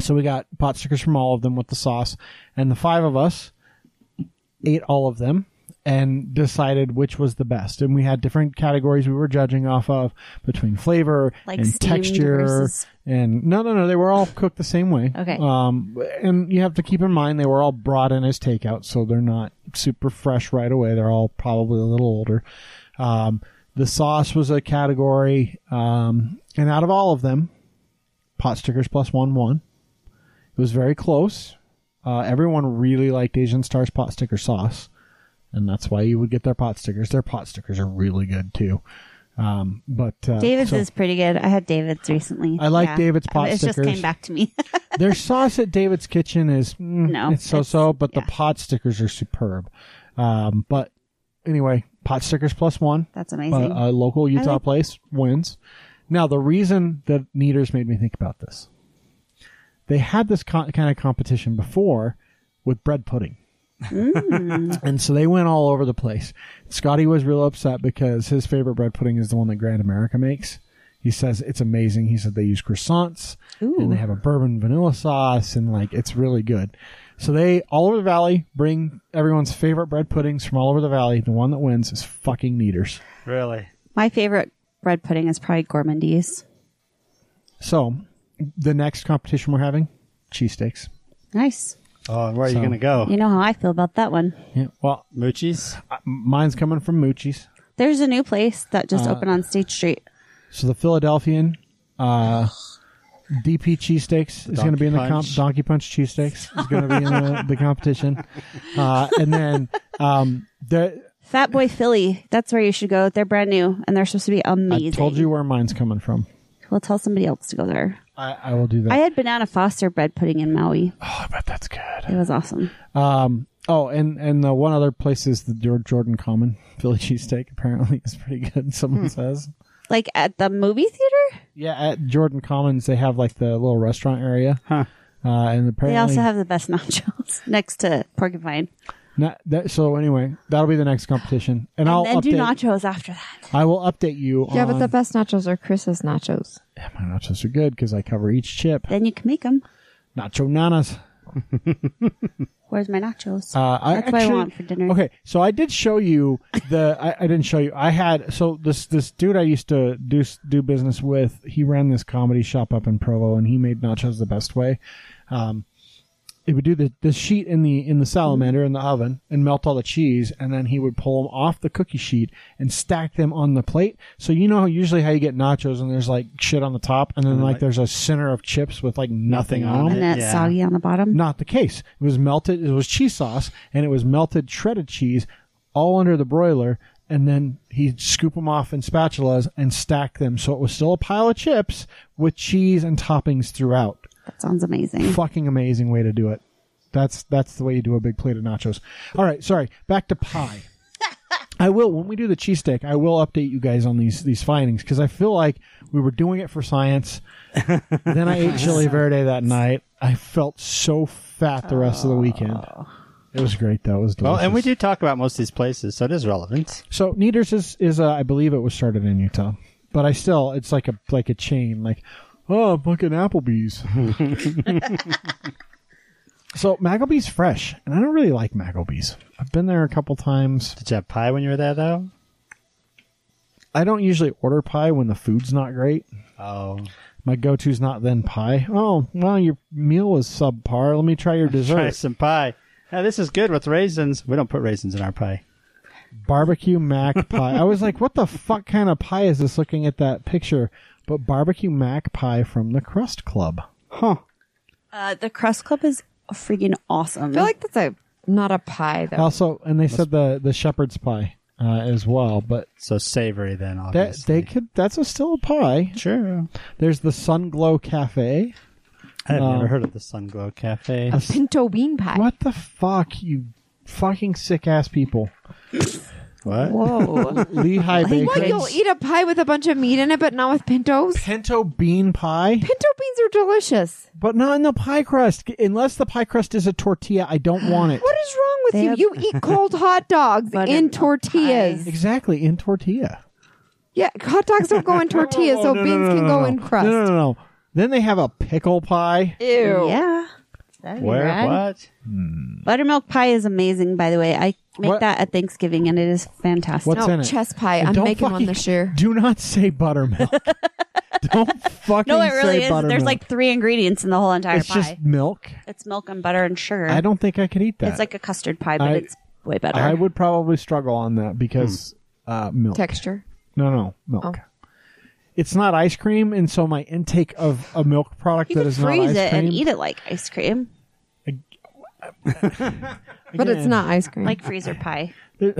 So we got pot stickers from all of them with the sauce, and the five of us ate all of them and decided which was the best. And we had different categories we were judging off of between flavor Like and steamed texture versus- and no, no, no, they were all cooked the same way. Okay. Um, and you have to keep in mind they were all brought in as takeout, so they're not super fresh right away. They're all probably a little older. Um, the sauce was a category, um, and out of all of them, pot stickers plus one one. It was very close. Uh, everyone really liked Asian Star's pot sticker sauce, and that's why you would get their pot stickers. Their pot stickers are really good too. Um, but uh, David's so- is pretty good. I had David's recently. I like David's pot It just stickers. came back to me. (laughs) Their sauce at David's Kitchen is mm, No, it's so so, it's- but the yeah. pot stickers are superb. Um, but anyway, pot stickers plus one. That's A, amazing. a local Utah like- place wins. Now the reason that Neaters made me think about this, they had this co- kind of competition before with bread pudding. (laughs) Mm. and so they went all over the place. Scotty was real upset because his favorite bread pudding is the one that Grand America makes. He says it's amazing. He said they use croissants and they have a bourbon vanilla sauce and like it's really good. So they all over the valley bring everyone's favorite bread puddings from all over the valley. The one that wins is fucking Neaters. Really? My favorite bread pudding is probably gourmandise. So the next competition we're having, cheesesteaks. Nice. Oh, and where are So- you going to go? You know how I feel about that one. Yeah. Well, Moochies? I- mine's coming from Moochie's. There's a new place that Uh, just opened on State Street. So the Philadelphian uh, DP cheesesteaks is going to be in the comp- Punch. Donkey Punch cheesesteaks is going to be in the, the (laughs) competition, uh, and then um, the, Fat Boy Philly. That's where you should go. They're brand new and they're supposed to be amazing. I told you where mine's coming from. We'll tell somebody else to go there. I, I will do that. I had banana foster bread pudding in Maui. oh, I bet that's good. It was awesome. Um, oh, and and the one other place is the Jor- Jordan Common Philly cheesesteak. Apparently, is pretty good. (laughs) Hmm. Someone says. Like at the movie theater? Yeah, at Jordan Commons they have like the little restaurant area. Uh, and apparently, They also have the best (laughs) nachos next to porcupine. Not- that- so anyway, that'll be the next competition, and, I'll and then update. do nachos after that. I will update you. Yeah, on, but the best nachos are Chris's nachos. Yeah, my nachos are good because I cover each chip. Then you can make them. Nacho nanas. Where's my nachos? Uh, I That's actually, what I want for dinner. Okay, so I did show you the. I, I didn't show you. I had so this this dude I used to do do business with. He ran this comedy shop up in Provo, and he made nachos the best way. Um, it would do the the sheet in the in the salamander in the oven and melt all the cheese, and then he would pull them off the cookie sheet and stack them on the plate. So you know how usually how you get nachos and there's like shit on the top, and then like, there's a center of chips with like nothing, Nothing on on them it. And then it's Yeah. soggy on the bottom. not the case. It was melted. It was cheese sauce, and it was melted shredded cheese, all under the broiler. And then he'd scoop them off in spatulas and stack them, so it was still a pile of chips with cheese and toppings throughout. That sounds amazing. Fucking amazing way to do it. That's that's the way you do a big plate of nachos. All right, sorry. Back to pie. I will when we do the cheesesteak. I will update you guys on these these findings because I feel like we were doing it for science. then I ate chili verde that night. I felt so fat the rest of the weekend. It was great though. It was Well, delicious. and we do talk about most of these places, so it is relevant. So Neaters is is uh, I believe it was started in Utah, but I still it's like a like a chain like oh fucking Applebee's. so Magglebee's fresh, and I don't really like Magglebee's. I've been there a couple times. Did you have pie when you were there, though? I don't usually order pie when the food's not great. Oh. My go-to's not then pie. Oh, well, your meal was subpar. Let me try your Try dessert. some pie. Now, this is good with raisins. We don't put raisins in our pie. barbecue mac pie. I was like, what the fuck kind of pie is this looking at that picture? But barbecue mac pie from the Crust Club. Huh. Uh, the crust club is freaking awesome. I feel like that's a not a pie though. Also, and they said the the shepherd's pie. uh, as well. But So savory then, that obviously. they could that's a, still a pie. sure. There's the Sunglow Cafe. I've Um, never heard of the Sunglow Cafe. A s- Pinto bean pie. what the fuck, you fucking sick ass people! (laughs) What? Whoa. Lehigh (laughs) What? Bakery. You'll eat a pie with a bunch of meat in it, but not with pintos? Pinto bean pie, Pinto beans are delicious. but not in the pie crust. Unless the pie crust is a tortilla, I don't want it. (gasps) What is wrong with They you? have- you eat (laughs) cold hot dogs in Buttermilk tortillas. Exactly in tortilla. Yeah, hot dogs don't go in tortillas, so (laughs) No, no, beans no, no, can no, go no. in crust. No, no, no, no. Then they have a pickle pie. Ew. yeah. That'd be Where? rad. What? Buttermilk pie is amazing, by the way. I make What- that at Thanksgiving and it is fantastic. What's No, in it? chess pie. And I'm don't making one fucking- this year. Do not say (laughs) buttermilk. don't fucking no, it really say is. buttermilk. There's like three ingredients in the whole entire it's pie. just milk. it's milk and butter and sugar. I don't think I could eat that. It's like a custard pie, but I- it's way better. I would probably struggle on that because uh, milk. Texture. No, no, milk. Oh. It's not ice cream, and so my intake of a milk product you that could is not freeze ice it cream, and eat it like ice cream, But it's not ice cream. like freezer pie. (laughs)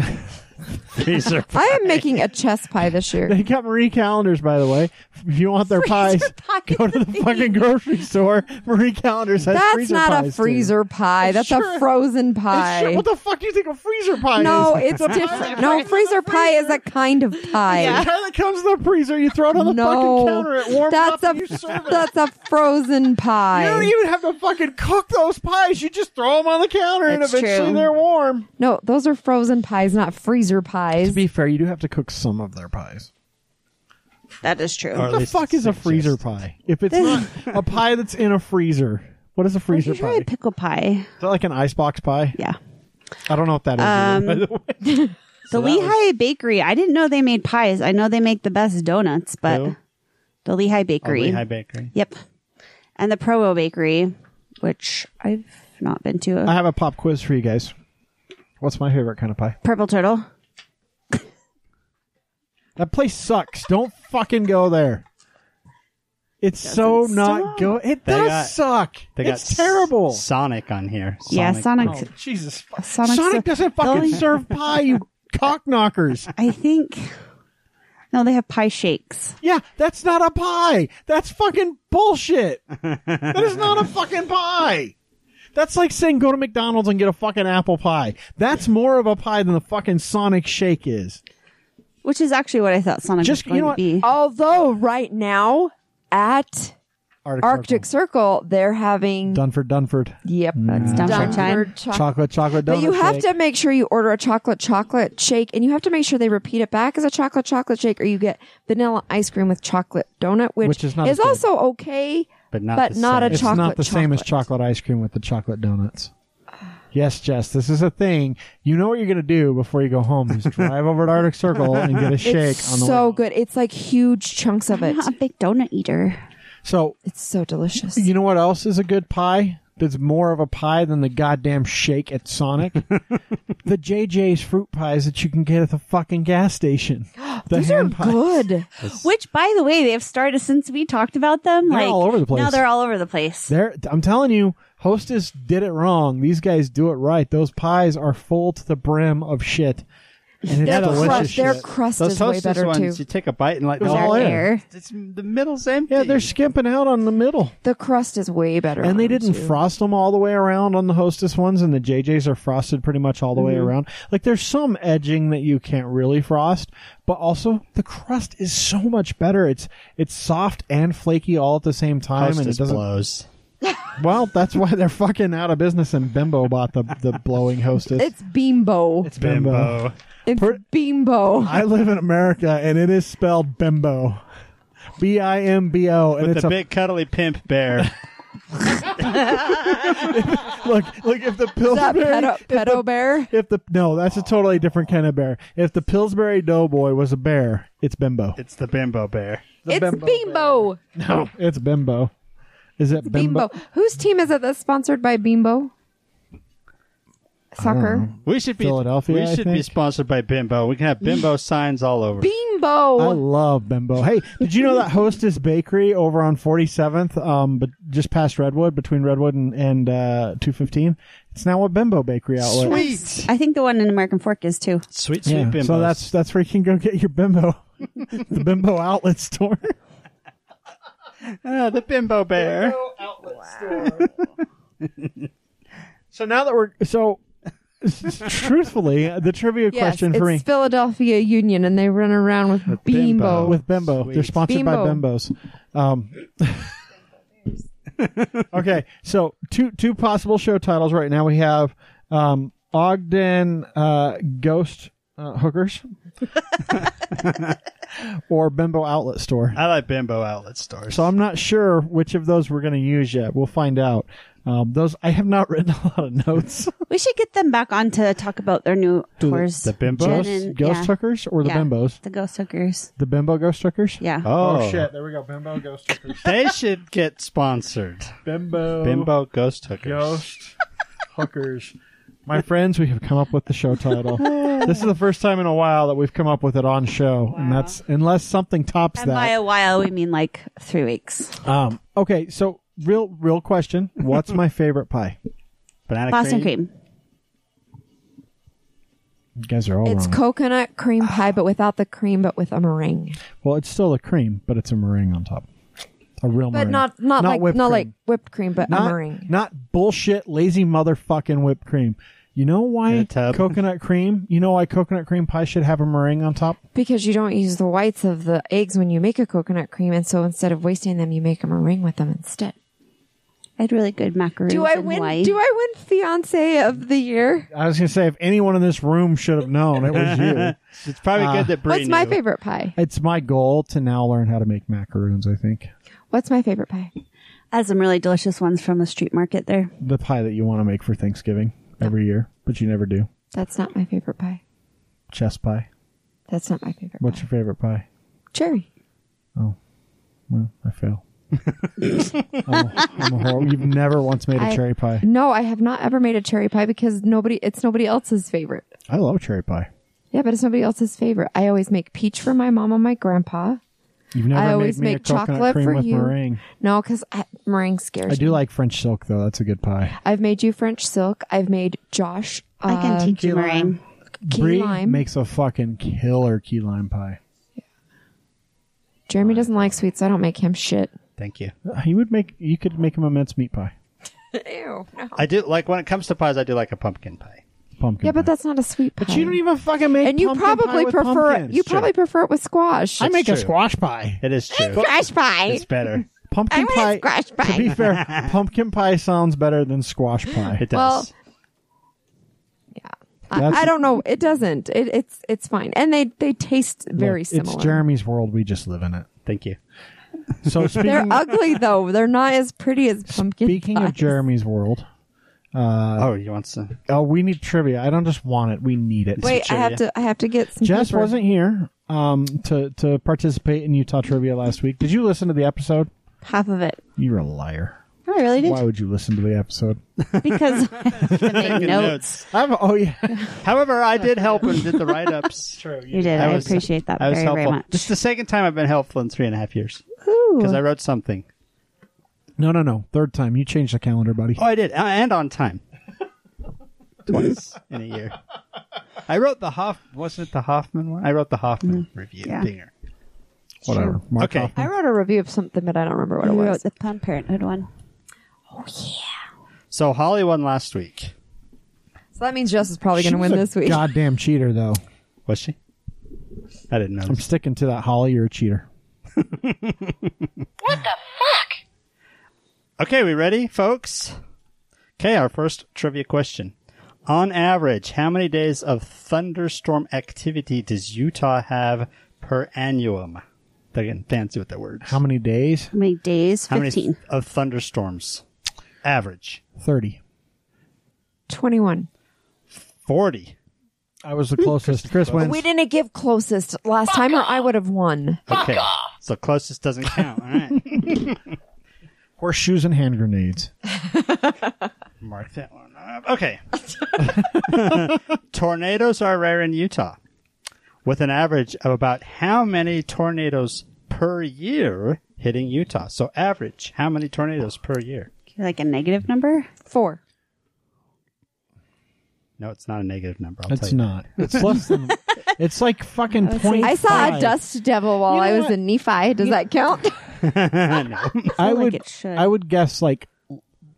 These are I am making a chess pie this year. They got Marie calendars, by the way. If you (laughs) want their pies, pie go to the fucking grocery store. Marie calendars has (laughs) That's freezer not a pies, too. freezer pie. That's Sure. a frozen It's sure- pie. what the fuck do you think a freezer pie No, is? it's different. No, freezer pie is a kind of (laughs) The pie. kind that comes in the freezer, you throw it on the fucking counter, it No, warms that's up, and you a serve it. that's a frozen You don't pie. even have to fucking cook those pies. You just throw them on the counter, and That's eventually true. they're warm. No, those are frozen pies, not freezer To pies. be fair, you do have to cook some of their pies. That is true. Or- What the least fuck is a suggest. freezer pie? If it's not a pie that's in a freezer, what is a You freezer should pie? try pickle pie. Is that like an icebox pie? Yeah. I don't know what that is. Um, either, by the way. The Lehigh Bakery. I didn't know they made pies. I know they make the best donuts, but Who? the Lehigh Oh, Bakery. Lehigh Bakery. Yep. And the Provo Bakery, which I've not been to. I have a pop quiz for you guys. What's my favorite kind of pie? Purple Turtle. That place sucks. Don't fucking go there. It's so Doesn't not suck. go. It They does got- suck. They got it's terrible. S- Sonic on here. Yeah, Oh, Sonic's. Jesus. fu- Sonic's Sonic the- doesn't fucking the- serve pie, you cock knockers. I think. No, they have pie shakes. Yeah, that's not a pie. That's fucking bullshit. that is not a fucking pie. That's like saying go to McDonald's and get a fucking apple pie. That's more of a pie than the fucking Sonic shake is. Which is actually what I thought Sonic Just- was going you know what? to be. Although right now at Arctic, Arctic Circle, they're having Dunford, Dunford. yep, that's Dunford time. chocolate. Chocolate, chocolate donut But you have shake. to make sure you order a chocolate chocolate shake, and you have to make sure they repeat it back as a chocolate chocolate shake, or you get vanilla ice cream with chocolate donut, which, Which is not as good. also okay, But not but the not same. a It's chocolate. not the same as chocolate ice cream with the chocolate donuts. Yes, Jess, this is a thing. You know what you're going to do before you go home (laughs) is drive over to Arctic Circle and get a shake It's on the so way. good. It's like huge chunks (laughs) of it. I'm not a big donut eater. So, It's so delicious. you know what else is a good pie? That's more of a pie than the goddamn shake at Sonic. (laughs) the JJ's fruit pies that you can get at the fucking gas (gasps) station. The These are hand pies. good. Which, by the way, they've started since we talked about them. They're like all over the place. Now they're all over the place. They're, I'm telling you, Hostess did it wrong. These guys do it right. Those pies are full to the brim of shit. And it's Their delicious. crust, their shit. crust Those is way Hostess better ones, too. you take a bite and like It was the all whole- in. Air. It's, the middle's empty. Yeah, they're skimping out on the middle. The crust is way better, And they on them, didn't too. frost them all the way around on the hostess ones, and the JJs are frosted pretty much all the way around. Like there's some edging that you can't really frost, but also the crust is so much better. It's it's soft and flaky all at the same time, and it Hostess doesn't. blows. Well, that's why they're fucking out of business, and Bimbo bought the the blowing hostess. It's bimbo. It's, Bimbo. (laughs) bimbo. I live in America, and it is spelled Bimbo, B I M B O, and With it's the a big cuddly pimp bear. look. Look, if the Is that Pillsbury, (laughs) pedo, pedo bear? If the no, that's a totally different kind of bear. If the Pillsbury Doughboy was a bear, it's Bimbo. it's the bimbo bear. It's bimbo. Oh. No, it's Bimbo. Is it Bimbo? Bimbo. Whose team is it that's sponsored by Bimbo? Uh, soccer. We should be Philadelphia, We I should be think. sponsored by Bimbo. We can have Bimbo signs all over. I Bimbo. love Bimbo. Hey, did you know that Hostess Bakery over on 47th, um, but just past Redwood, between Redwood and, and uh, 215, it's now a Bimbo Bakery outlet. Sweet, I think the one in American Fork is too. sweet, sweet Yeah, Bimbo. so that's that's where you can go get your Bimbo, (laughs) the Bimbo outlet store. Ah, the Bimbo Bear. So now that we're so (laughs) truthfully, the trivia Yes, question it's for me Philadelphia Union, and they run around with, Bimbo. Bimbo. with Bimbo, Sweet. they're sponsored by Bimbo. Bimbos. Um, (laughs) okay, so two two possible show titles right now. We have um, Ogden uh, Ghost uh, Hookers (laughs) or Bimbo Outlet Store. I like Bimbo outlet stores. So I'm not sure which of those we're going to use yet. We'll find out. Um, those I have not (laughs) written a lot of notes. We should get them back on to talk about their new tours. the Bimbo? Jen Ghost, and- ghost Mm, yeah. hookers or the Yeah. bimbos? The ghost hookers. The bimbo ghost hookers? Yeah. oh, There we go. Bimbo ghost hookers. (laughs) they should get sponsored. Bimbo. Bimbo Ghost Hookers. Oh. (laughs) Ghost hookers. My friends, we have come up with the show (laughs) title. this is the first time in a while that we've come up with it on show, and that's unless something tops and by that. a while, we mean like three weeks. Um, okay, so real, real question: What's (laughs) my favorite pie? Banana Boston cream. You guys are all It's wrong. coconut cream Ah. pie, but without the cream, but with a meringue. well, it's still a cream, but it's a meringue on top, a real But meringue, not not, like whipped not cream. like whipped cream, but a not, meringue. not bullshit lazy motherfucking whipped cream. You know In a why tub. coconut cream? You know why coconut cream pie should have a meringue on top? Because you don't use the whites of the eggs when you make a coconut cream, and so instead of wasting them, you make a meringue with them instead. I had really good macaroons. Do I in win? Hawaii. Do I win fiance of the year? I was gonna say if anyone in this room should have known, it was you. It's probably Uh, good that Brie What's my knew. favorite pie? It's my goal to now learn how to make macaroons. I think What's my favorite pie? I had some really delicious ones from the street market there. the pie that you want to make for Thanksgiving every year, but you never do. That's not my favorite pie. Chess pie. That's not my favorite. What's pie. your favorite pie? cherry? Well, I (laughs) fail. I'm a- I'm a horrible- You've never once made a I- cherry pie. No, I have not ever made a cherry pie because nobody. It's nobody else's favorite. I love cherry pie. Yeah, but it's nobody else's favorite. I always make peach for my mom and my grandpa. You've never I made always me a make coconut chocolate cream for with you. meringue. No, because meringue scares I do me. like French silk though. That's a good pie. I've made you French silk. I've made Josh. Uh, I can teach you key lime. meringue. key Brie lime. makes a fucking killer key lime pie. Jeremy doesn't like sweets. so I don't make him shit. Thank you. You would make. You could make him a mince meat pie, Ew. No. I do like when it comes to pies. I do like a pumpkin pie. pumpkin. Yeah, but pie. that's not a sweet pie. But you don't even fucking make. and you pumpkin pie probably with prefer it. pumpkins. You probably prefer it with squash. I make a true. squash pie. It is true. squash pie. It's better. Pumpkin want a pie. squash To pie. be fair, (laughs) pumpkin pie sounds better than squash pie. It does. That's- I, I don't know. It doesn't. It, it's it's fine, and they they taste (laughs) very Look, similar. It's Jeremy's world. We just live in it. Thank you. So They're speaking ugly though. They're not as pretty as pumpkin. speaking of pies. Jeremy's world, oh, you want some? oh, we need trivia. I don't just want it. We need it. wait, I have Jerry. to I have to get some. Jess paper. wasn't here um, to to participate in Utah trivia last week. Did you listen to the episode? Half of it. You're a liar. No, I Oh, really Why did would you listen to the episode? (laughs) because I have to make (laughs) notes. I've, oh (laughs) yeah, However, I did help and did the write (laughs) ups. true. You did. I, appreciate that I was very helpful. very (laughs) much. This is the second time I've been helpful in three and a half years Ooh. because I wrote something. no, no, no. Third time you changed the calendar, buddy. Oh, I did, uh, and on time. Twice in a year. I wrote the Hoff. Wasn't it the Hoffman one? I wrote the Hoffman review. Yeah. Dinger. Whatever. Mark Okay. off. I wrote a review of something, but I don't remember what it You was. wrote the Planned Parenthood one. So Holly won last week. so that means Jess is probably going She to was win a this week. Goddamn cheater, though. Was she? I didn't know. I'm sticking to that. Holly, you're a cheater. Okay, we ready, folks? Okay, our first trivia question. On average, how many days of thunderstorm activity does Utah have per annum? They're getting fancy with their words. How many days? How many days? How many Fifteen. th- of thunderstorms? Average. Thirty. Twenty one. 40. I was the closest. Chris wins. We didn't give closest last time, or I would have won. Okay. So closest doesn't count. All right. Horseshoes and hand grenades. Mark that one up. (laughs) Okay. tornadoes are rare in Utah, with an average of about how many tornadoes per year hitting Utah? So, average, how many tornadoes per year? Like a negative number? Four. No, it's not a negative number. I'll tell It's you. not. (laughs) It's less than. it's like fucking point. I saw a five. dust devil while You know I was what? in Nephi. Does (laughs) that count? I like would. it should. I would guess like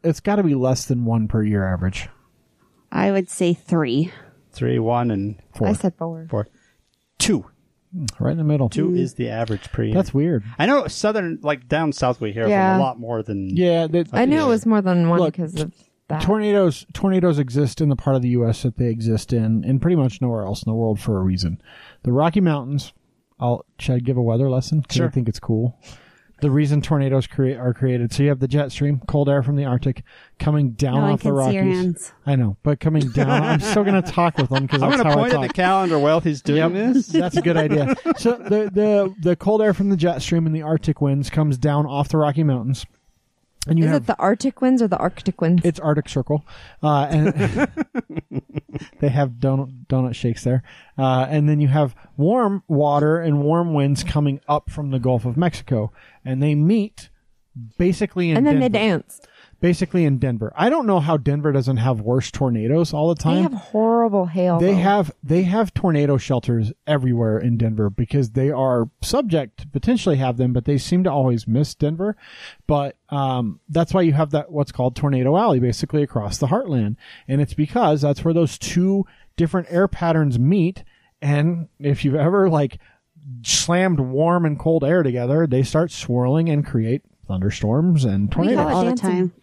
it's got to be less than one per year average. I would say three. Three, one, and four. I said four. four. Two. Right in the middle. Two is the average per year. That's weird. I know southern, like down south, we hear Yeah. a lot more than Yeah. That, I knew it was more than one Look, because of that. tornadoes tornadoes exist in the part of the US that they exist in and pretty much nowhere else in the world for a reason. The Rocky Mountains, I'll should I give a weather lesson? 'Cause Sure. I think it's cool. The reason tornadoes create are created. So you have the jet stream, cold air from the Arctic coming down Now I off the can Rockies. see your hands. I know, but coming down, I'm still going to talk with them because I'm that's going to how point I at talk. the calendar while he's doing this. (laughs) That's a good idea. So the, the the cold air from the jet stream and the Arctic winds comes down off the Rocky Mountains, and you Is have it the Arctic winds or the Arctic winds? it's Arctic Circle, uh, and they have donut donut shakes there. Uh, and then you have warm water and warm winds coming up from the Gulf of Mexico, and they meet basically in and then they Denver. dance. basically in Denver. I don't know how Denver doesn't have worse tornadoes all the They time. have horrible hail. They though. have they have tornado shelters everywhere in Denver because they are subject to potentially have them, but they seem to always miss Denver. But um, that's why you have that what's called Tornado Alley, basically across the heartland, and it's because that's where those two different air patterns meet. And if you've ever like slammed warm and cold air together, they start swirling and create thunderstorms and We tornadoes. call it All the dancing. time.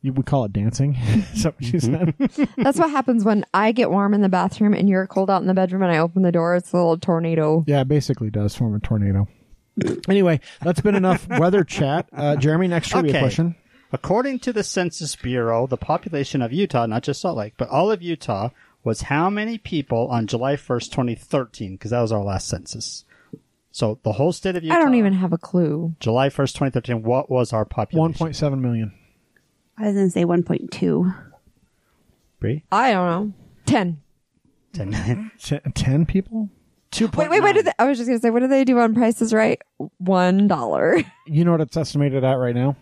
You would call it dancing. (laughs) Is that what you said? That's what happens when I get warm in the bathroom and you're cold out in the bedroom and I open the door. It's a little tornado. Yeah, it basically does form a tornado. anyway, that's been (laughs) enough weather chat. Uh, Jeremy, next trivia Okay. question. According to the Census Bureau, the population of Utah, not just Salt Lake, but all of Utah, was how many people on July 1st, 2013? Because that was our last census. So the whole state of Utah. I don't even have a clue. July 1st, 2013, what was our population? 1.7 million. I was going to say 1.2. Bree? I don't know. Ten. (laughs) 10. Ten, ten people? Wait, wait, what did they, I was just gonna say? What do they do on prices right? One dollar. You know what it's estimated at right now?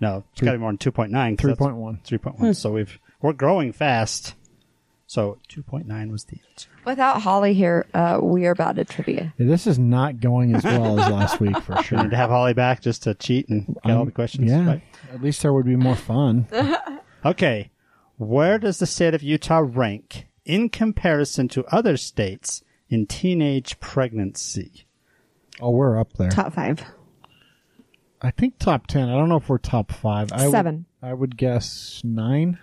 No, it's got to be more than 2.9. 3.1. 3.1. 3.1. So we've, we're growing fast. So 2.9 was the answer. Without Holly here, uh, we are bad at trivia. Yeah, This is not going as well as last week (laughs) for We need sure. to have Holly back just to cheat and get all the questions Yeah. right. At least there would be more (laughs) fun. Okay. Where does the state of Utah rank in comparison to other states in teenage pregnancy? Oh, we're up there. Top five. I think top 10. I don't know if we're top 5. I would- Seven. I would guess 9.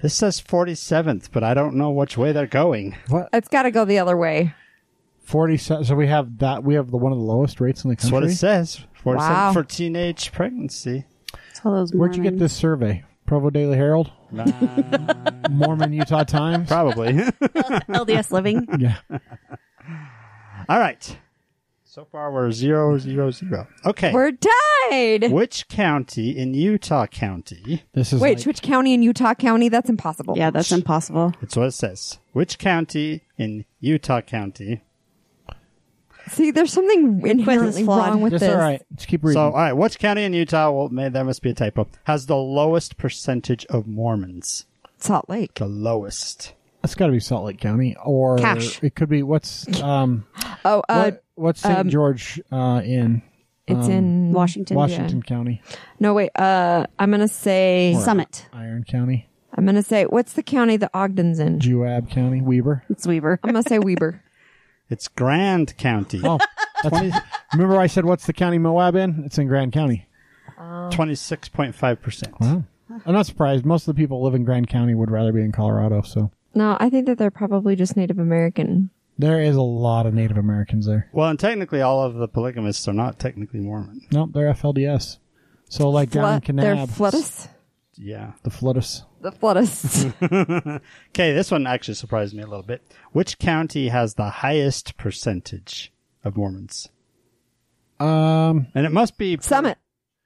This says 47th, but I don't know which way they're going. (laughs) What? It's got to go the other way. 47. So we have that. We have the one of the lowest rates in the That's country. what it says. 47th Wow. for teenage pregnancy. It's all those Where'd you get Mormon- this survey? Provo Daily Herald? (laughs) Mormon Utah Times? Probably. (laughs) LDS living? Yeah. all right. So far we're zero, zero, zero. Okay. (laughs) We're tied. which county in Utah County? This is Wait, like- which county in Utah County? That's impossible. Yeah, that's impossible. That's what it says. Which county in Utah County? See, there's something inherently flawed. wrong with That's this. all right. Let's keep reading. So, all right, which county in Utah? Well, may, that must be a typo. Has the lowest percentage of Mormons? Salt Lake. The lowest. it's got to be Salt Lake County, or Cash. it could be what's um Oh, uh, what, um, what's St. George uh, in it's in Washington. Washington County, No, wait. Uh, I'm gonna say. Summit. Iron County, I'm gonna say. What's the county that Ogden's in? Juab County, Weber. It's Weaver. I'm gonna say (laughs) Weber. It's Grand County. Oh, (laughs) that's, remember I said what's the county Moab in? It's in Grand County. 26.5%. I'm not surprised. Most of the people who live in Grand County would rather be in Colorado. So No, I think that they're probably just Native American. there is a lot of Native Americans there. Well, and technically, all of the polygamists are not technically Mormon. Nope, they're FLDS. So like down in Fla- they're Kanab, Flutus. Yeah. (laughs) the Flutus. The Flutus. (laughs) Okay, this one actually surprised me a little bit. Which county has the highest percentage of Mormons? Um, And it must be per Summit.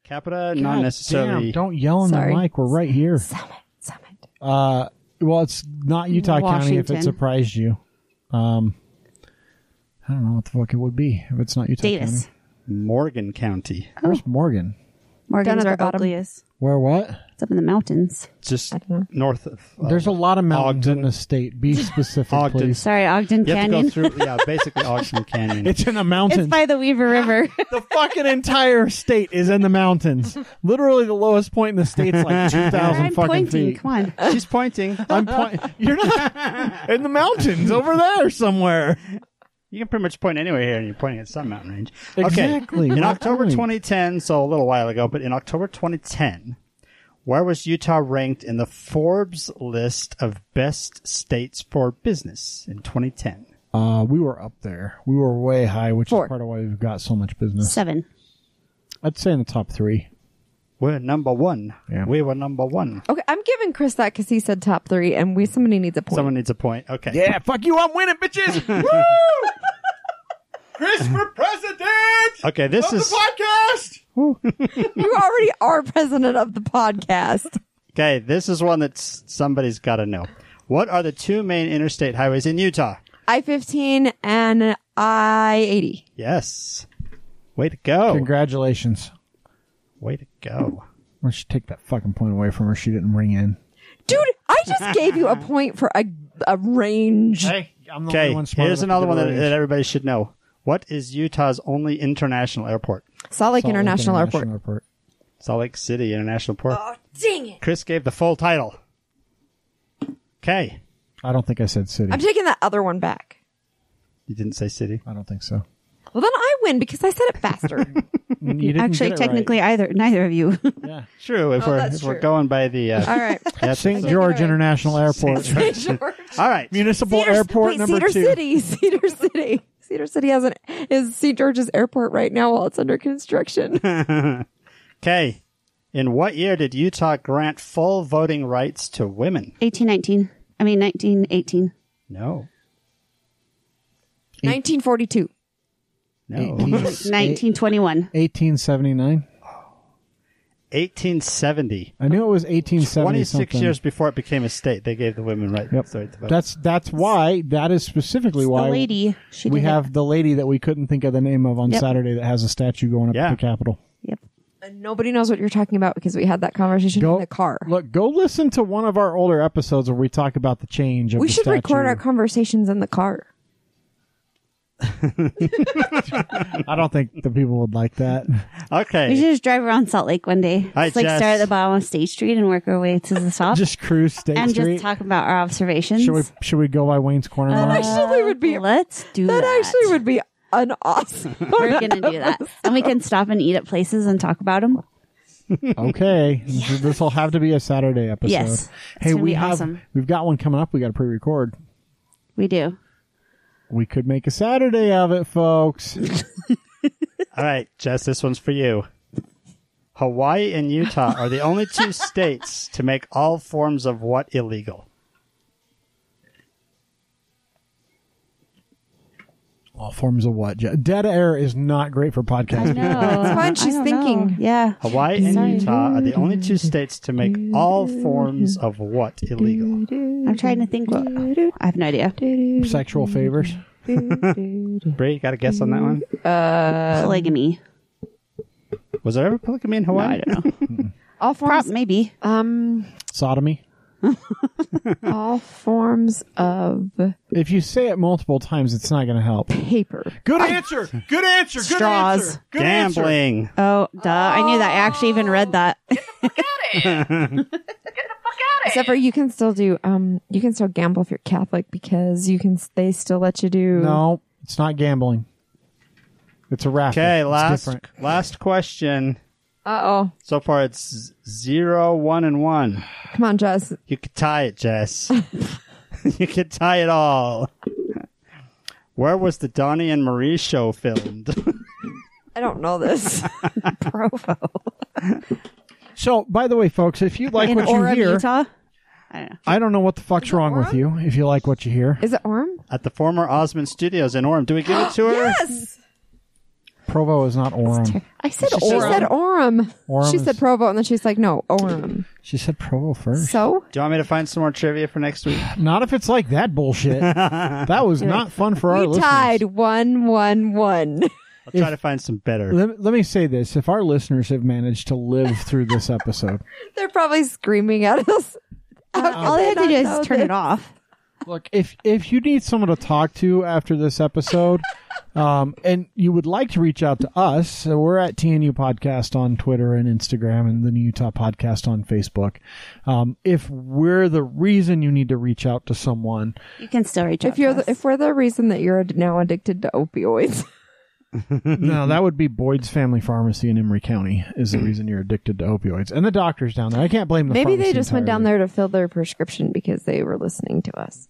capita, God not necessarily. damn, don't yell in Sorry. the mic. We're right here. Uh, well, it's not Utah County if it Washington. surprised you. Um, I don't know what the fuck it would be if it's not Utah Davis. County. Morgan County. Where's Morgan? Morgan's Down at where the bottom. Oakley is. Where what? It's up in the mountains. Just I don't know. north of. uh, There's a lot of mountains in Ogden. the state. Be specific, (laughs) Ogden. please. Sorry, Ogden you have to Canyon. go through, yeah, basically Ogden Canyon. It's in a mountain. It's by the Weaver River. the fucking entire state is in the mountains. Literally, the lowest point in the state's (laughs) like two (laughs) thousand I'm fucking pointing. feet. Come on. (laughs) She's pointing. I'm point. You're not in the mountains over there somewhere. You can pretty much point anywhere here, and you're pointing at some mountain range. Exactly. Okay. In My October point. 2010, so a little while ago, but in October 2010, where was Utah ranked in the Forbes list of best states for business in 2010? Uh, we were up there. We were way high, which Four. is part of why we've got so much business. Seven. I'd say in the top three. We're number one. Yeah. We were number one. Okay, I'm giving Chris that because he said top three, and we somebody needs a point. Someone needs a point. Okay. Yeah, fuck you. I'm winning, (laughs) bitches. Woo! Chris for president. Okay, this is podcast. You already are president of the podcast. okay. This is one that somebody's got to know. What are the two main interstate highways in Utah? I 15 and I 80. Yes. Way to go. Congratulations. Way to go. Why don't you take that fucking point away from her? She didn't ring in. Dude, I just (laughs) gave you a point for a, a range. Hey, I'm the Okay, here's another one that, that everybody should know. What is Utah's only international airport? Salt Lake International, Airport. Salt Lake City International Port. Uh, Dang it. Chris gave the full title. Okay, I don't think I said city. I'm taking that other one back. you didn't say city. I don't think so. Well, then I win because I said (laughs) it faster. (laughs) You didn't Actually, get it right. technically, either neither of you. True, if we're that's if we're true. going by the. Uh, All right. that's- St. it George right. International Airport, All right. (laughs) municipal Cedar- airport wait, number Cedar two. City, (laughs) Cedar City, Cedar City has an is St. George's Airport right now while it's (laughs) under construction. Okay, in what year did Utah grant full voting rights to women? 1819. I mean, 1918. No, 1942. no. 1921. 1879. 1870. I knew it was 1870 26 something. years before it became a state, they gave the women right. Yep. sorry, to vote. That's that's why that is specifically why the lady. She we did it. have the lady that we couldn't think of the name of on Yep. Saturday that has a statue going up Yeah. to the Capitol. Yep. And nobody knows what you're talking about because we had that conversation Go in the car. Look, go listen to one of our older episodes where we talk about the change of we the should record statue. our conversations in the car. I don't think the people would like that. okay. We should just drive around Salt Lake one day. Hi, just like Jess. start at the bottom of State Street and work our way to the top. Just cruise State and Street. just talk about our observations. Uh, should we should we go by Wayne's Corner? Mall? (laughs) actually would be- Let's do That that. actually would be an (laughs) awesome. We're gonna do (laughs) that, and we can stop and eat at places and talk about them. Okay, this will have to be a Saturday episode. Yes. It's Hey, gonna we be have awesome. we've got one coming up. We got to pre-record. We do. We could make a Saturday of it, folks. All right, Jess, this one's for you. Hawaii and Utah are the only (laughs) two states to make all forms of what illegal? All forms of what? Je- Dead air is not great for podcasting. That's fine, she's thinking. Yeah. Hawaii and Utah are the only two states to make all forms of what illegal? I'm trying to think. What, I have no idea. Sexual favors. Bree, you got a guess on that one? Polygamy. Was there ever polygamy in Hawaii? I don't know. All Prop, forms, maybe. (laughs) um, Sodomy. all forms of If you say it multiple times, it's not going to help. paper. Good answer. Good answer. Good Straws. answer. (laughs) Good answer. Gambling. Oh, duh. I knew that. I actually even read that. Except for you can still do, um, you can still gamble if you're Catholic because you can. They still let you do. No, it's not gambling. It's a raffle. Okay, It's last different. last question. Uh oh. So far, it's zero, one, and one. Come on, Jess. You could tie it, Jess. (laughs) you could tie it all. Where was the Donnie and Marie show filmed? (laughs) I don't know this. Provo. So, by the way, folks, if you like (laughs) In what you Orem, hear, Utah. Uh, I don't know. I don't know what the fuck's wrong with you. If you like what you hear, (laughs) Is it Orm? (gasps) At the former Osmond Studios in Orem. Do we give it to her? Yes. Provo is not Orem. I said She she said said Orem. Orem she is- said Provo, and then she's like, no, Orem. She said Provo first. So Do you want me to find some more trivia for next week? Not if it's like that bullshit. that was not fun for our we listeners. tied one, one, one. (laughs) I'll try to find some better. Let, let me say this: If our listeners have managed to live through this episode, They're probably screaming at us. All they have to do is turn it off. Look, if if you need someone to talk to after this episode, um, and you would like to reach out to us, so we're at TNU Podcast on Twitter and Instagram, and the New Utah Podcast on Facebook. Um, if we're the reason you need to reach out to someone, You can still reach out. If you're to the, us. if we're the reason that you're now addicted to opioids, no, that would be Boyd's Family Pharmacy in Emory County is the reason you're addicted to opioids, and the doctors down there. I can't blame the maybe they pharmacy just went down entirely. there to fill their prescription because they were listening to us.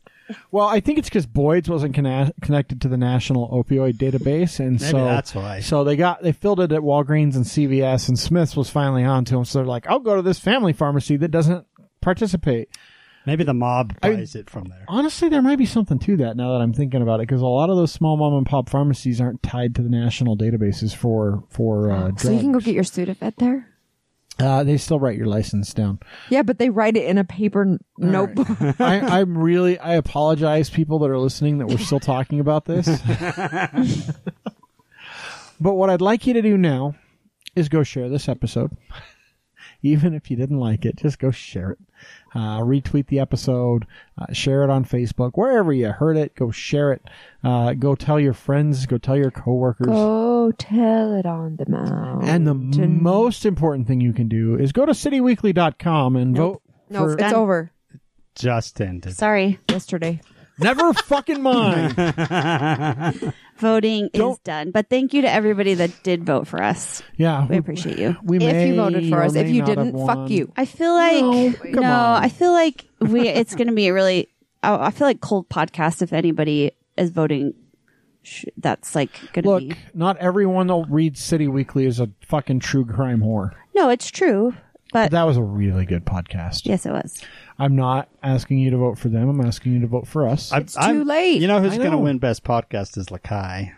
Well, I think it's because Boyd's wasn't conne- connected to the national opioid database, and Maybe so that's why. So they got they filled it at Walgreens and CVS, and Smith's was finally on to them. So they're like, "I'll go to this family pharmacy that doesn't participate." Maybe the mob buys it from there. Honestly, there might be something to that now that I'm thinking about it, because a lot of those small mom and pop pharmacies aren't tied to the national databases for for uh, drugs. Oh, So you can go get your Sudafed there. uh, they still write your license down. Yeah, but they write it in a paper n- notebook. (laughs) I, I'm really I apologize, people that are listening, that we're still talking about this. but what I'd like you to do now is go share this episode. (laughs) Even if you didn't like it, just go share it. Uh, retweet the episode, uh, share it on Facebook, wherever you heard it. Go share it. Uh, go tell your friends. Go tell your coworkers. Go tell it on the mountain. and the most important thing you can do is go to cityweekly.com and vote. no, for- (laughs) it's over. Just ended. Sorry, Yesterday. never fucking mind. voting is Don't- done. But thank you to everybody that did vote for us. Yeah, We appreciate you. We if may you voted for or us, if may you not have didn't, fuck won. you. I feel like No, no. come on. I feel like we. It's going to be a really. I, I feel like cold podcast. If anybody is voting, sh- that's like going to Look, be. not everyone that reads City Weekly is a fucking true crime whore. No, it's true. But That was a really good podcast. yes, it was. I'm not asking you to vote for them. I'm asking you to vote for us. I- It's too late. You know who's I going to know. win best podcast is Lakai.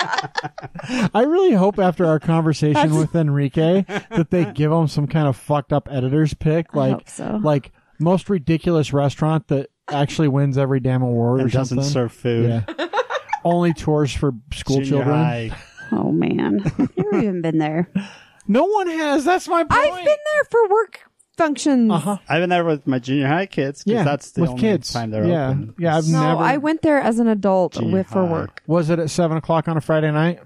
I really hope after our conversation with Enrique that they give him some kind of fucked up editor's pick, like hope so. like most ridiculous restaurant that actually wins every damn award And or doesn't something. serve food. Yeah. Only tours for school Junior children. high. Oh (laughs) man, I've never even been (laughs) there. No one has. That's my point. I've been there for work functions. Uh-huh. I've been there with my junior high kids because Yeah, that's the with only kids. time they're Yeah. open. Yeah, I've No, never- I went there as an adult Junior with for high. work. Was it at seven o'clock on a Friday night?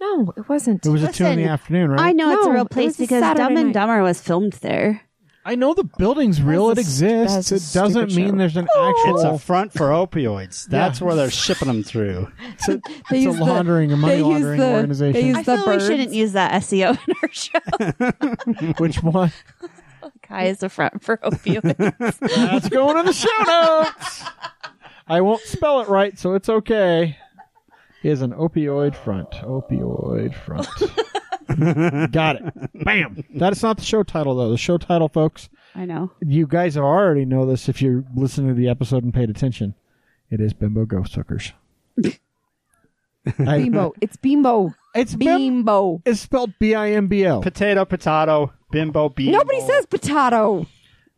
No, it wasn't. It was at two in the Listen, afternoon, right? I know it's a No, real it place was a because Saturday Dumb and night. Dumber was filmed there. I know the building's real. It That's a st- exists. that's a It doesn't stupid mean show. there's an It's a actual. front for opioids. That's where they're shipping them through. It's a, They it's a use the- laundering or they money use laundering the- they organization. use- I The feel we shouldn't birds. use that SEO (laughs) in our show. (laughs) Which one? Kai is the front (laughs) for opioids. That's going in the show notes. I won't spell it right, so it's okay. Is an opioid front. Opioid front. Got it. Bam. That is not the show title, though. The show title, folks, I know. you guys have already know this if you're listening to the episode and paid attention. It is Bimbo Ghost Hookers. I- Bimbo. It's Bimbo. It's Bim- Bimbo. It's spelled B I M B O. Potato, potato, bimbo, bimbo. Nobody says potato.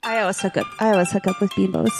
I always hook up. I always hook up with Bimbos.